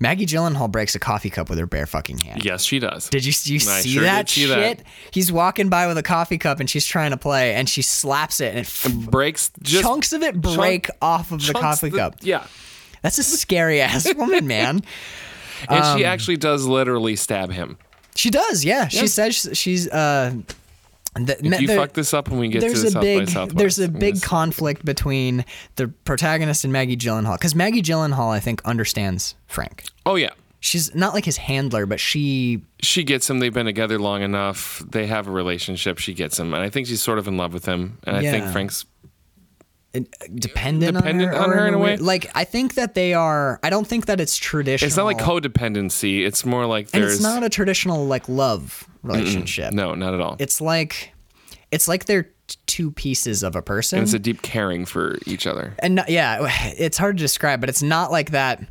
Maggie Gyllenhaal breaks a coffee cup with her bare fucking hand.
yes, she does.
Did you, you
I
see
sure did
that
see that.
shit? He's walking by with a coffee cup and she's trying to play and she slaps it and it f-
breaks just
chunks of it
chunk-
break off of the
chunks
coffee
the-
cup.
Yeah.
That's a scary
[laughs]
ass woman, man.
And
Um,
she actually does literally stab him.
She does, yeah. She says she's. she's uh, the,
If you
there-
fuck this up when we get to
there's
the
a
South by
big
Southwest.
there's a
I'm
big
just-
conflict between the protagonist and Maggie Gyllenhaal because Maggie Gyllenhaal I think understands Frank.
Oh yeah.
She's not like his handler, but she
She gets him. They've been together long enough. They have a relationship. She gets him, and I think she's sort of in love with him. And I think
Yeah.
Frank's
dependent,
Dependent
on her,
on her in a way?
Like I think that they are. I don't think that it's traditional.
it's not like codependency. It's more like
and
there's
it's not a traditional like love relationship.
no, not at all.
It's like, it's like they're t- two pieces of a person.
it's a deep caring for each other.
and no- yeah, it's hard to describe, but it's not like that.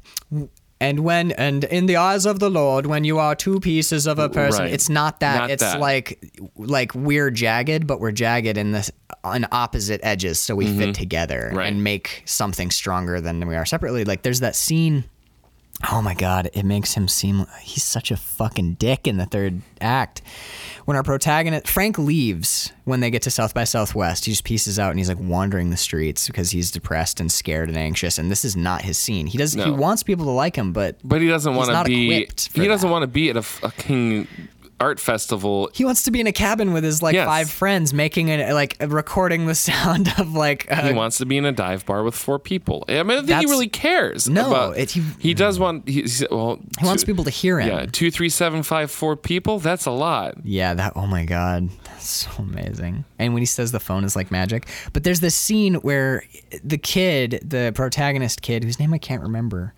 And when and in the eyes of the Lord, when you are two pieces of a person,
Right.
it's not that.
Not
it's
that.
like like we're jagged, but we're jagged in this on opposite edges, so we fit together
Mm-hmm. Right.
and make something stronger than we are separately. Like there's that scene. Oh my god, it makes him seem he's such a fucking dick in the third act. When our protagonist Frank leaves when they get to South by Southwest, he just pieces out and he's like wandering the streets because he's depressed and scared and anxious and this is not his scene. He does not he
No.
wants people to like him, but
But he doesn't want to
not
be.
equipped for
He doesn't
that.
want to be at a fucking art festival.
he wants to be in a cabin with his like
Yes.
five friends making it like recording the [laughs] sound of like uh,
He wants to be in a dive bar with four people. I mean, I don't think he
That's-
really cares.
No,
about-
it-
he,
he-
does want. He, he's- well,
he wants people to hear him.
Yeah, two, three, seven, five, four people. That's a lot.
Yeah, that oh my god, that's so amazing. And when he says the phone is like magic, but there's this scene where the kid, the protagonist kid, whose name I can't remember,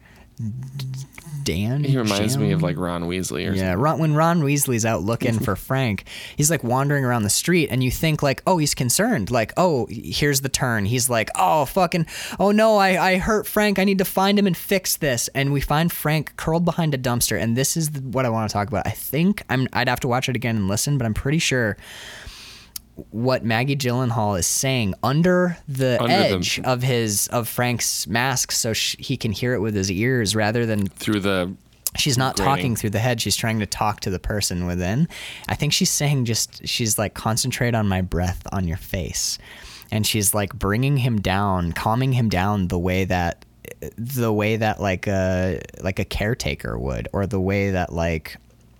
Dan.
He reminds me
Jim?
of like Ron Weasley or
Yeah, Ron, when Ron Weasley's out looking for Frank, he's like wandering around the street, and you think like, oh, he's concerned. Like, oh, here's the turn. He's like, oh, fucking, oh no, I, I hurt Frank. I need to find him and fix this. And we find Frank curled behind a dumpster, and this is the, what I want to talk about. I think I'm. I'd have to watch it again and listen, but I'm pretty sure what Maggie Gyllenhaal is saying under the
Under the-
edge of his of Frank's mask, so sh- he can hear it with his ears rather than
through the
She's not
Grating.
talking through the head. She's trying to talk to the person within. I think she's saying just, she's like, concentrate on my breath on your face. And she's like bringing him down, calming him down the way that, the way that like a, like a caretaker would, or the way that like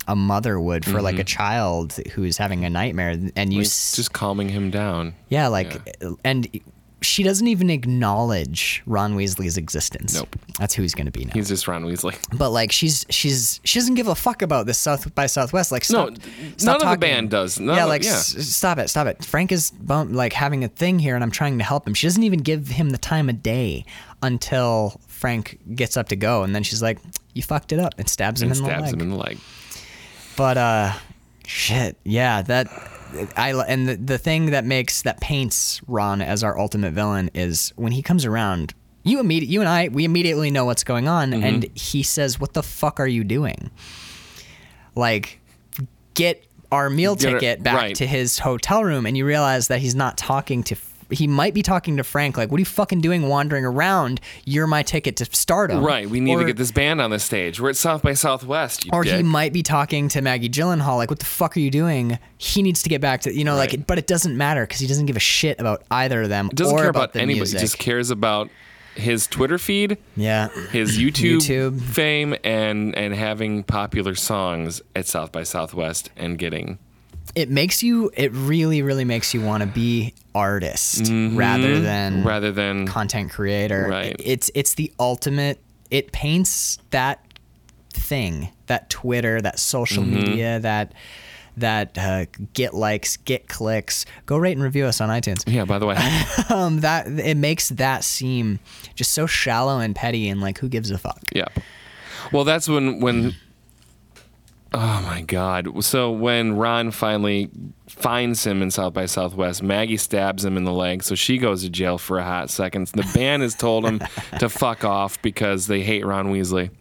a mother would for like a child who's having a nightmare. And you
He's Mm-hmm. just calming him down.
yeah, like, and she doesn't even acknowledge Ron Weasley's existence.
Nope.
That's who he's going to be now.
He's just Ron Weasley.
but like, she's she's she doesn't give a fuck about this South by Southwest. Like,
No,
stop,
none
stop
of the
talking.
band does. None
yeah,
of-
like,
yeah.
S- stop it, stop it. Frank is bum- like having a thing here, and I'm trying to help him. She doesn't even give him the time of day until Frank gets up to go, and then she's like, "You fucked it up," and stabs him
And
in the
stabs
leg.
him in the leg.
But uh, shit, yeah, that I and the, the thing that makes that paints Ron as our ultimate villain is when he comes around. You immediate, you and I, we immediately know what's going on,
Mm-hmm.
and he says, "What the fuck are you doing?" Like, get our meal
Get our-
ticket back
right.
to his hotel room, and you realize that he's not talking to. He might be talking to Frank. Like, what are you fucking doing, wandering around? You're my ticket to stardom.
Right. We need
Or-
to get this band on the stage. We're at South by Southwest. You
or he
dick.
might be talking to Maggie Gyllenhaal, like, "What the fuck are you doing?" He needs to get back to you know, like,
Right.
but it doesn't matter because he doesn't give a shit about either of them
doesn't
or
care
about,
about,
the
anybody.
music.
Just cares about his Twitter feed,
yeah, [clears throat]
his YouTube,
YouTube.
fame, and and having popular songs at South by Southwest and getting
it makes you. It really, really makes you want to be artist rather than
rather than
content creator.
Mm-hmm. Right.
It's it's the ultimate. It paints that thing, that Twitter, that social
Mm-hmm.
media, that that uh, get likes, get clicks. Go rate and review us on iTunes.
yeah. By the
[laughs]
way,
um, that it makes that seem just so shallow and petty and like who gives a fuck
yeah. Well, that's when when. Oh my God! So when Ron finally finds him in South by Southwest, Maggie stabs him in the leg, so she goes to jail for a hot second. The band has told him to fuck off because they hate Ron Weasley.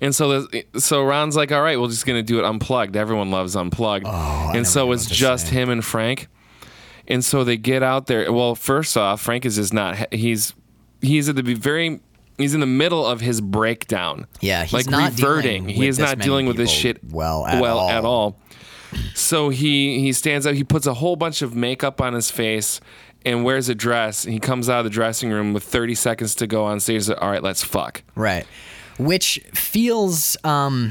And so, the, so Ron's like, "All right, we're just gonna do it unplugged. Everyone loves unplugged." and so it's just him and Frank. And so they get out there. Well, first off, Frank is just not. He's he's at the very. He's in the middle of his breakdown.
Yeah, he's
like
not dealing
reverting. He
with
is
this
not
many
dealing with this
people
shit
well at
well
all.
at all. So he he stands up. He puts a whole bunch of makeup on his face and wears a dress. He comes out of the dressing room with 30 seconds to go on stage. All right, let's fuck.
right which feels um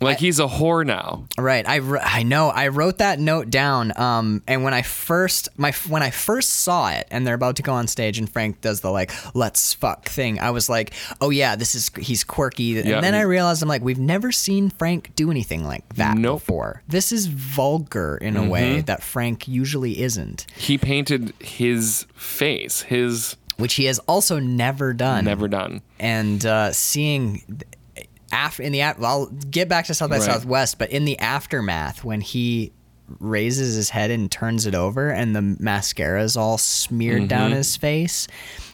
Like he's a whore now.
right I, wr- I know i wrote that note down um and when i first my when i first saw it and they're about to go on stage and frank does the like let's fuck thing i was like oh yeah this is he's quirky and
Yeah.
then i realized i'm like we've never seen frank do anything like that
Nope. Mm-hmm.
before this is vulgar in a way that frank usually isn't
He painted his face, his
which he has also never done.
never done.
And uh, seeing after in the af- I'll get back to South by
Right.
Southwest, but in the aftermath when he raises his head and turns it over, and the mascara is all smeared
Mm-hmm.
down his face,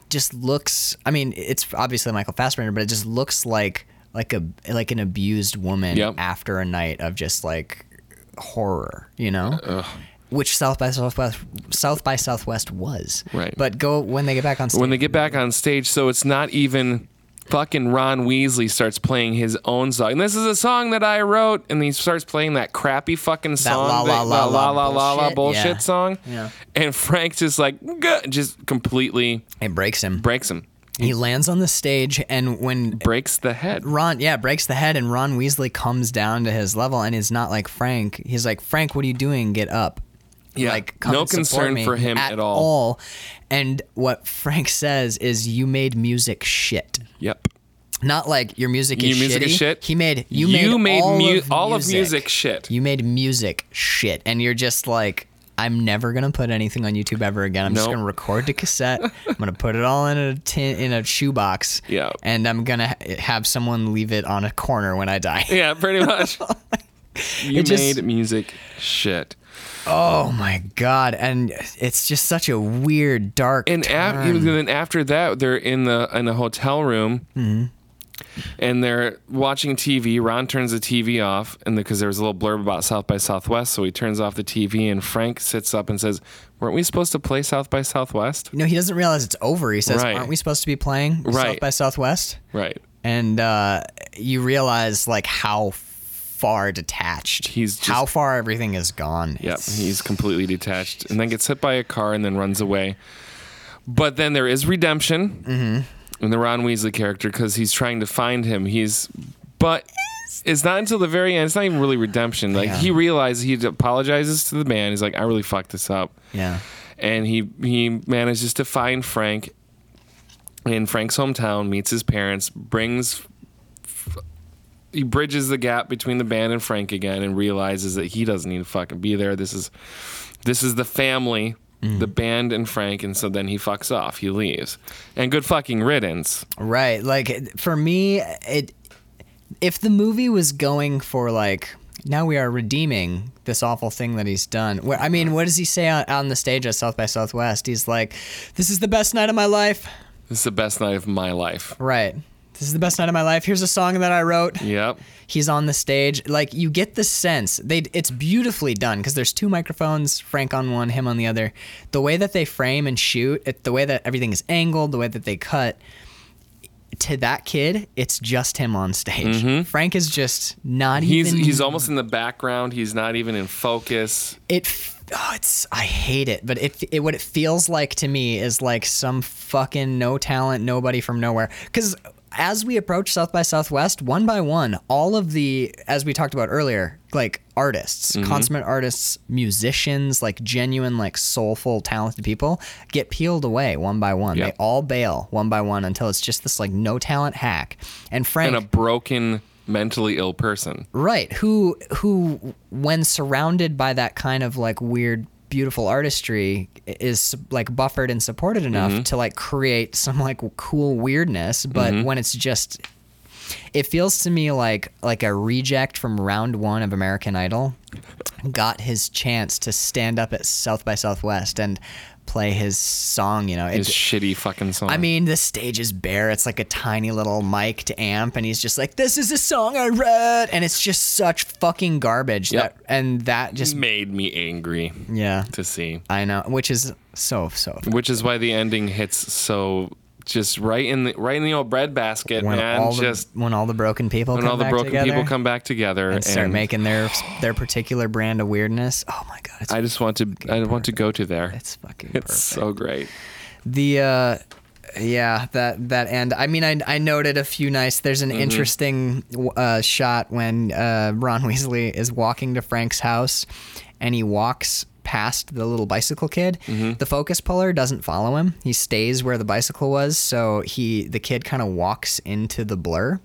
just looks. I mean, it's obviously Michael Fassbender, but it just looks like like a like an abused woman
Yep.
after a night of just like horror, you
Uh,
know. Which South by Southwest South by Southwest was,
Right.
But go when they get back on stage.
When they get back on stage, so it's not even fucking Ron Weasley starts playing his own song. And this is a song that I wrote, and he starts playing that crappy fucking song,
la, la,
that-
la, la bullshit,
bullshit
yeah.
song.
Yeah.
And Frank just like "Gah," just completely
It breaks him.
breaks him,
He lands on the stage, and when
breaks the head.
Ron, yeah, breaks the head, and Ron Weasley comes down to his level, and is not like Frank. He's like, Frank, what are you doing? Get up.
Yeah.
Like, come
No
and support
concern
me
for him
at
at all.
And what Frank says is, "You made music shit."
Yep.
Not like your music is
Your music
shitty.
is shit.
He made you,
You
made,
made
all,
mu-
of
all of music shit.
You made music shit, and you're just like, I'm never gonna put anything on YouTube ever again. I'm just
Nope.
gonna record to cassette. I'm gonna put it all in a tin in a shoebox.
Yeah.
And I'm gonna ha- have someone leave it on a corner when I die.
Yeah, pretty
[laughs]
much. you
It just-
made music shit.
Oh my god! And it's just such a weird, dark.
And af-
turn.
even then after that, they're in the in a hotel room, and they're watching TV. Ron turns the TV off, and because there was a little blurb about South by Southwest, so he turns off the TV, and Frank sits up and says, "Weren't we supposed to play South by Southwest?"
no, he doesn't realize it's over. He says,
Right.
"Aren't we supposed to be playing South
Right.
by Southwest?"
Right.
And uh, you realize like how far detached
He's just-
how far everything is gone.
Yep.
It's-
He's completely detached, and then gets hit by a car, and then runs away. But then there is redemption
Mm-hmm.
in the Ron Weasley character because he's trying to find him. He's, but it's not until the very end. It's not even really redemption. Like
Yeah.
he realizes he apologizes to the man. He's like, I really fucked this up,
yeah.
and he he manages to find Frank in Frank's hometown, meets his parents, brings. f- He bridges the gap between the band and Frank again, and realizes that he doesn't need to fucking be there. This is, this is the family, the band and Frank, and so then he fucks off. He leaves, and good fucking riddance.
Right. Like it- for me, it if the movie was going for like now we are redeeming this awful thing that he's done. Where I mean, what does he say on, on the stage at South by Southwest? He's like, "This is the best night of my life."
This is the best night of my life.
Right. This is the best night of my life. Here's a song that I wrote.
Yep.
He's on the stage. Like you get the sense they it's beautifully done because there's two microphones, Frank on one, him on the other. The way that they frame and shoot, it, the way that everything is angled, the way that they cut to that kid, it's just him on stage. Frank is just not
Mm-hmm. He's
even.
he's almost in the background. He's not even in focus.
it. f- Oh, it's I hate it, but it, it what it feels like to me is like some fucking no talent nobody from nowhere. Because as we approach South by Southwest, one by one, all of the as we talked about earlier, like artists, consummate artists, musicians, like genuine, like soulful, talented people, get peeled away one by one.
Yeah.
They all bail one by one until it's just this like no talent hack. And Frank
And a broken, mentally ill person.
right who who when surrounded by that kind of like weird beautiful artistry is like buffered and supported enough to like create some like cool weirdness but when it's just it feels to me like like a reject from round 1 of American Idol got his chance to stand up at South by Southwest and play his song you know It-
His shitty fucking song.
I mean, the stage is bare. It's like a tiny little mic to amp, and he's just like, "This is a song I wrote," and it's just such fucking garbage.
Yep. Mm.
That and that just
made me angry
yeah,
to see.
I know, which is so so.
Which is why the ending hits so just right in the right in the old bread basket,
When
man.
all
Just
the when all the broken people
when
come
all the
back
broken
together
people come back together
and start making their their particular brand of weirdness. Oh my god, it's,
I just want to I want to go to there. It's,
it's fucking perfect.
so great.
the uh yeah that that end i mean i, I noted a few nice there's an interesting uh, shot when uh, ron [laughs] weasley is walking to frank's house and he walks past the little bicycle kid the focus puller doesn't follow him he stays where the bicycle was so he the kid kind of walks into the blur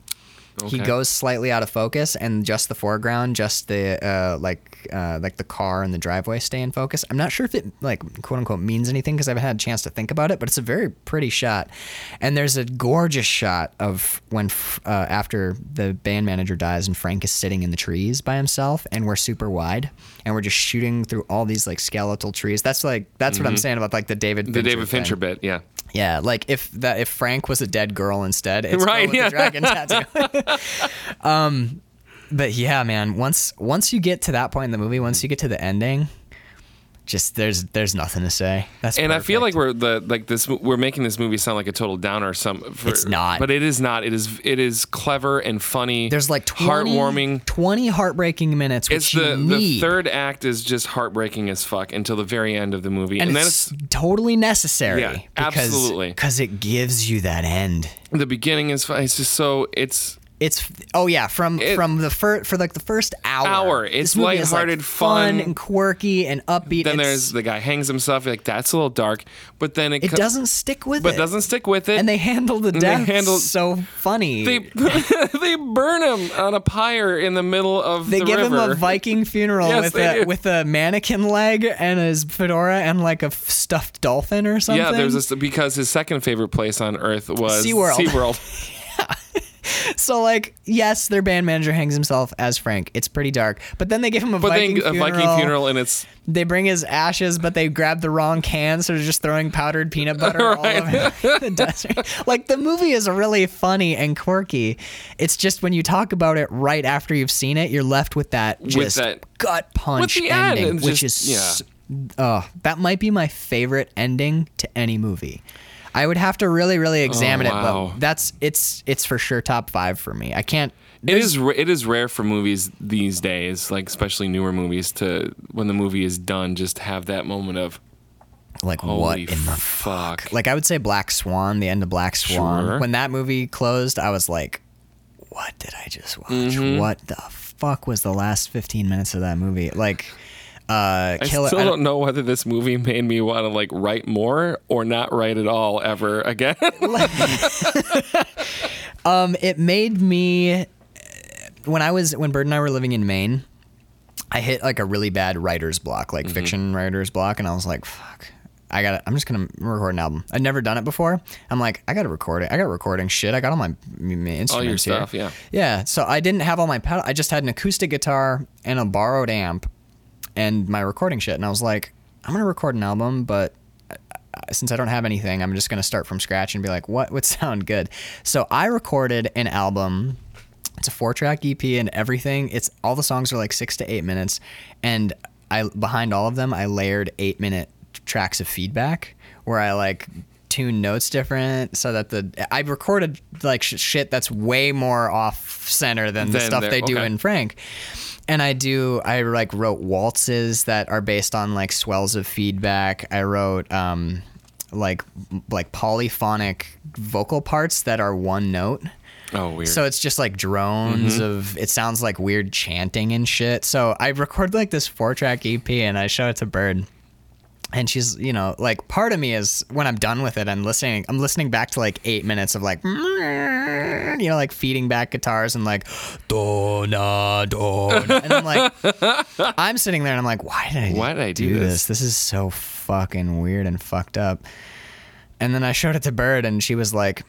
he
Okay.
goes slightly out of focus and just the foreground just the uh, like uh, like the car and the driveway stay in focus i'm not sure if it like quote unquote means anything because i haven't had a chance to think about it but it's a very pretty shot and there's a gorgeous shot of when f- uh, after the band manager dies and frank is sitting in the trees by himself and we're super wide and we're just shooting through all these like skeletal trees that's like that's what i'm saying about like the david
Mm-hmm. The David
thing.
Fincher bit, yeah.
Yeah, like if that if Frank was a dead girl instead, it's right?
Right,
With
yeah.
the dragon tattoo. [laughs] um, but yeah, man. Once once you get to that point in the movie, once you get to the ending, just there's there's nothing to say. That's
And I feel
perfect.
like we're the like this we're making this movie sound like a total downer or some for,
It's not.
But it is not. It is it is clever and funny.
there's like 20,
heartwarming.
twenty heartbreaking minutes. Which
It's
you
the, the
need.
third act is just heartbreaking as fuck until the very end of the movie.
and,
and then
it's,
it's
totally necessary.
Yeah,
because,
absolutely.
Because it gives you that end.
the beginning is fine. It's just so it's
It's oh yeah from
It-
from the fir- for like the first hour.
Hour.
This
It's
movie is, like,
lighthearted,
fun,
fun.
and quirky and upbeat.
Then
It's-
there's the guy hangs himself. You're like that's a little dark, but then it,
it
co-
doesn't stick with
but
it.
doesn't stick with it.
and they handle the
they
death
handle-
so funny.
they [laughs] they burn him on a pyre in the middle of
They
the
give him
river.
a
[laughs]
Viking funeral
Yes,
with
they
a
do.
with a mannequin leg and his fedora and like a f- stuffed dolphin or something.
Yeah, there's this because his second favorite place on earth was
SeaWorld. [laughs]
SeaWorld.
so like yes, their band manager hangs himself as Frank. It's pretty dark, but then they give him a,
But
Viking,
then a
funeral.
Viking funeral, and it's
They bring his ashes, but they grab the wrong can, so they're just throwing powdered peanut butter all over
[laughs]
the desert. Like the movie is really funny and quirky. It's just when you talk about it right after you've seen it, you're left with that just
that-
gut punch
the end,
ending,
and
which
just-
is s- oh, that might be my favorite ending to any movie. I would have to really, really examine
Oh, wow.
it, but that's it's it's for sure top five for me. I can't.
it is ra- it is rare for movies these days, like especially newer movies, to when the movie is done, just have that moment of
Like
holy
what in the
fuck.
like I would say Black Swan, the end of Black Swan.
Sure.
When that movie closed, I was like, what did I just watch?
Mm-hmm.
What the fuck was the last 15 minutes of that movie? Like uh
I
killer
still
I
don't know whether this movie made me want to like write more or not write at all ever again. [laughs]
um it made me when I was when Bird and I were living in Maine, I hit like a really bad writer's block,
Mm-hmm.
like fiction writer's block, and I was like, fuck. I got. to I'm just gonna record an album. I'd never done it before. I'm like, I gotta record it. I got recording shit. I got all my, my instruments
all your
here.
stuff, yeah.
Yeah, so I didn't have all my pedal. I just had an acoustic guitar and a borrowed amp and my recording shit. And I was like, I'm going to record an album, but uh, since I don't have anything, I'm just going to start from scratch and be like, what would [laughs] sound good? So I recorded an album. It's a four track EP and everything. It's all the songs are like six to eight minutes. And I behind all of them, I layered eight minute tracks of feedback where I like tune notes different so that the I recorded like sh- shit that's way more off center than the
Than
stuff
there-
they do
okay.
in Frank. And I do I like wrote waltzes that are based on like swells of feedback. I wrote um like like polyphonic vocal parts that are one note.
Oh weird.
So it's just like drones of it sounds like weird chanting and shit. So I record like this four track EP and I show it to Bird. And she's, you know, like part of me is when I'm done with it, I'm listening I'm listening back to like eight minutes of like [laughs] you know, like feeding back guitars and like do na do na. and I'm
[laughs]
like I'm sitting there and I'm like, why did I
Why did I do
this? This is so fucking weird and fucked up. And then I showed it to Bird, and she was like,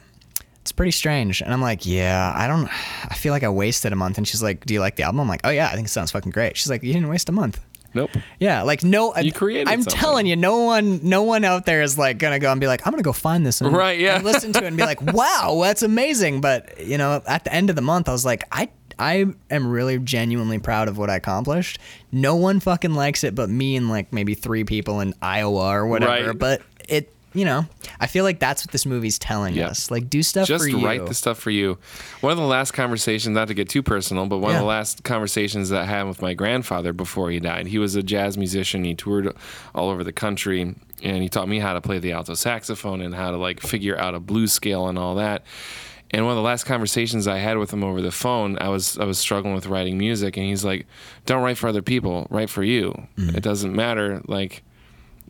"It's pretty strange." And I'm like, "Yeah, I don't. I feel like I wasted a month." And she's like, "Do you like the album?" I'm like, "Oh yeah, I think it sounds fucking great." She's like, "You didn't waste a month."
nope.
Yeah, like no, uh,
You created
I'm
something.
telling you, no one, no one out there is like gonna go and be like, "I'm gonna go find this," and,
Right, yeah.
and listen to it and be
[laughs]
like, "Wow, that's amazing." But you know, at the end of the month, I was like, I. I am really genuinely proud of what I accomplished. No one fucking likes it but me and like maybe three people in Iowa or whatever.
Right.
But it, you know, I feel like that's what this movie's telling
Yeah.
us. Like, do stuff
just
for you.
write the stuff for you. One of the last conversations, not to get too personal, but one of
Yeah.
the last conversations that I had with my grandfather before he died. He was a jazz musician. He toured all over the country, and he taught me how to play the alto saxophone and how to like figure out a blues scale and all that. And one of the last conversations I had with him over the phone, I was I was struggling with writing music, and he's like, "Don't write for other people. Write for you.
Mm-hmm.
It doesn't matter like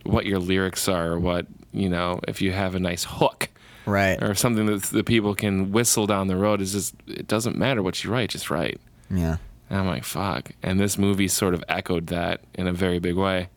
what your lyrics are, or what you know, if you have a nice hook."
right.
or something that the people can whistle down the road is just it doesn't matter what you write, just write.
Yeah.
And I'm like, fuck. And this movie sort of echoed that in a very big way.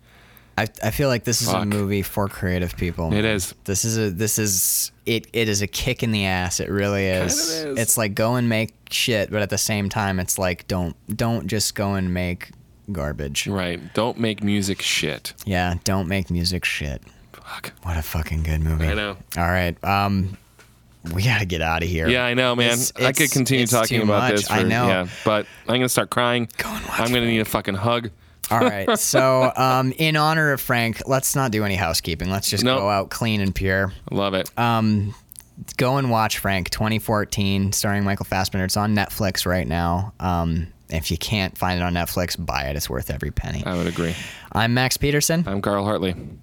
I, I feel like this is a
Fuck.
movie for creative people.
It is.
This is a this is it it is a kick in the ass. It really is.
is.
It's like go and make shit, but at the same time it's like don't don't just go and make garbage.
Right. Don't make music shit.
Yeah, don't make music shit.
Fuck.
What a fucking good movie.
I know.
All right. Um we got to get out of here.
Yeah, I know, man.
It's-
I could
it's-
continue
it's
talking
too
about
much.
this. For,
I know.
Yeah, but I'm gonna start crying.
Go and watch
I'm gonna need a fucking hug.
All right.
[laughs]
So, um in honor of Frank, let's not do any housekeeping. Let's just
Nope.
go out clean and pure.
Love it.
um, go and watch Frank 2014, starring Michael Fassbender. It's on Netflix right now. Um, if you can't find it on Netflix, buy it. It's worth every penny.
I would agree.
I'm Max Peterson,
I'm Carl Hartley. [laughs]
and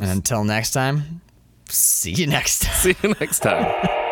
until next time, see you next time.
See you next time.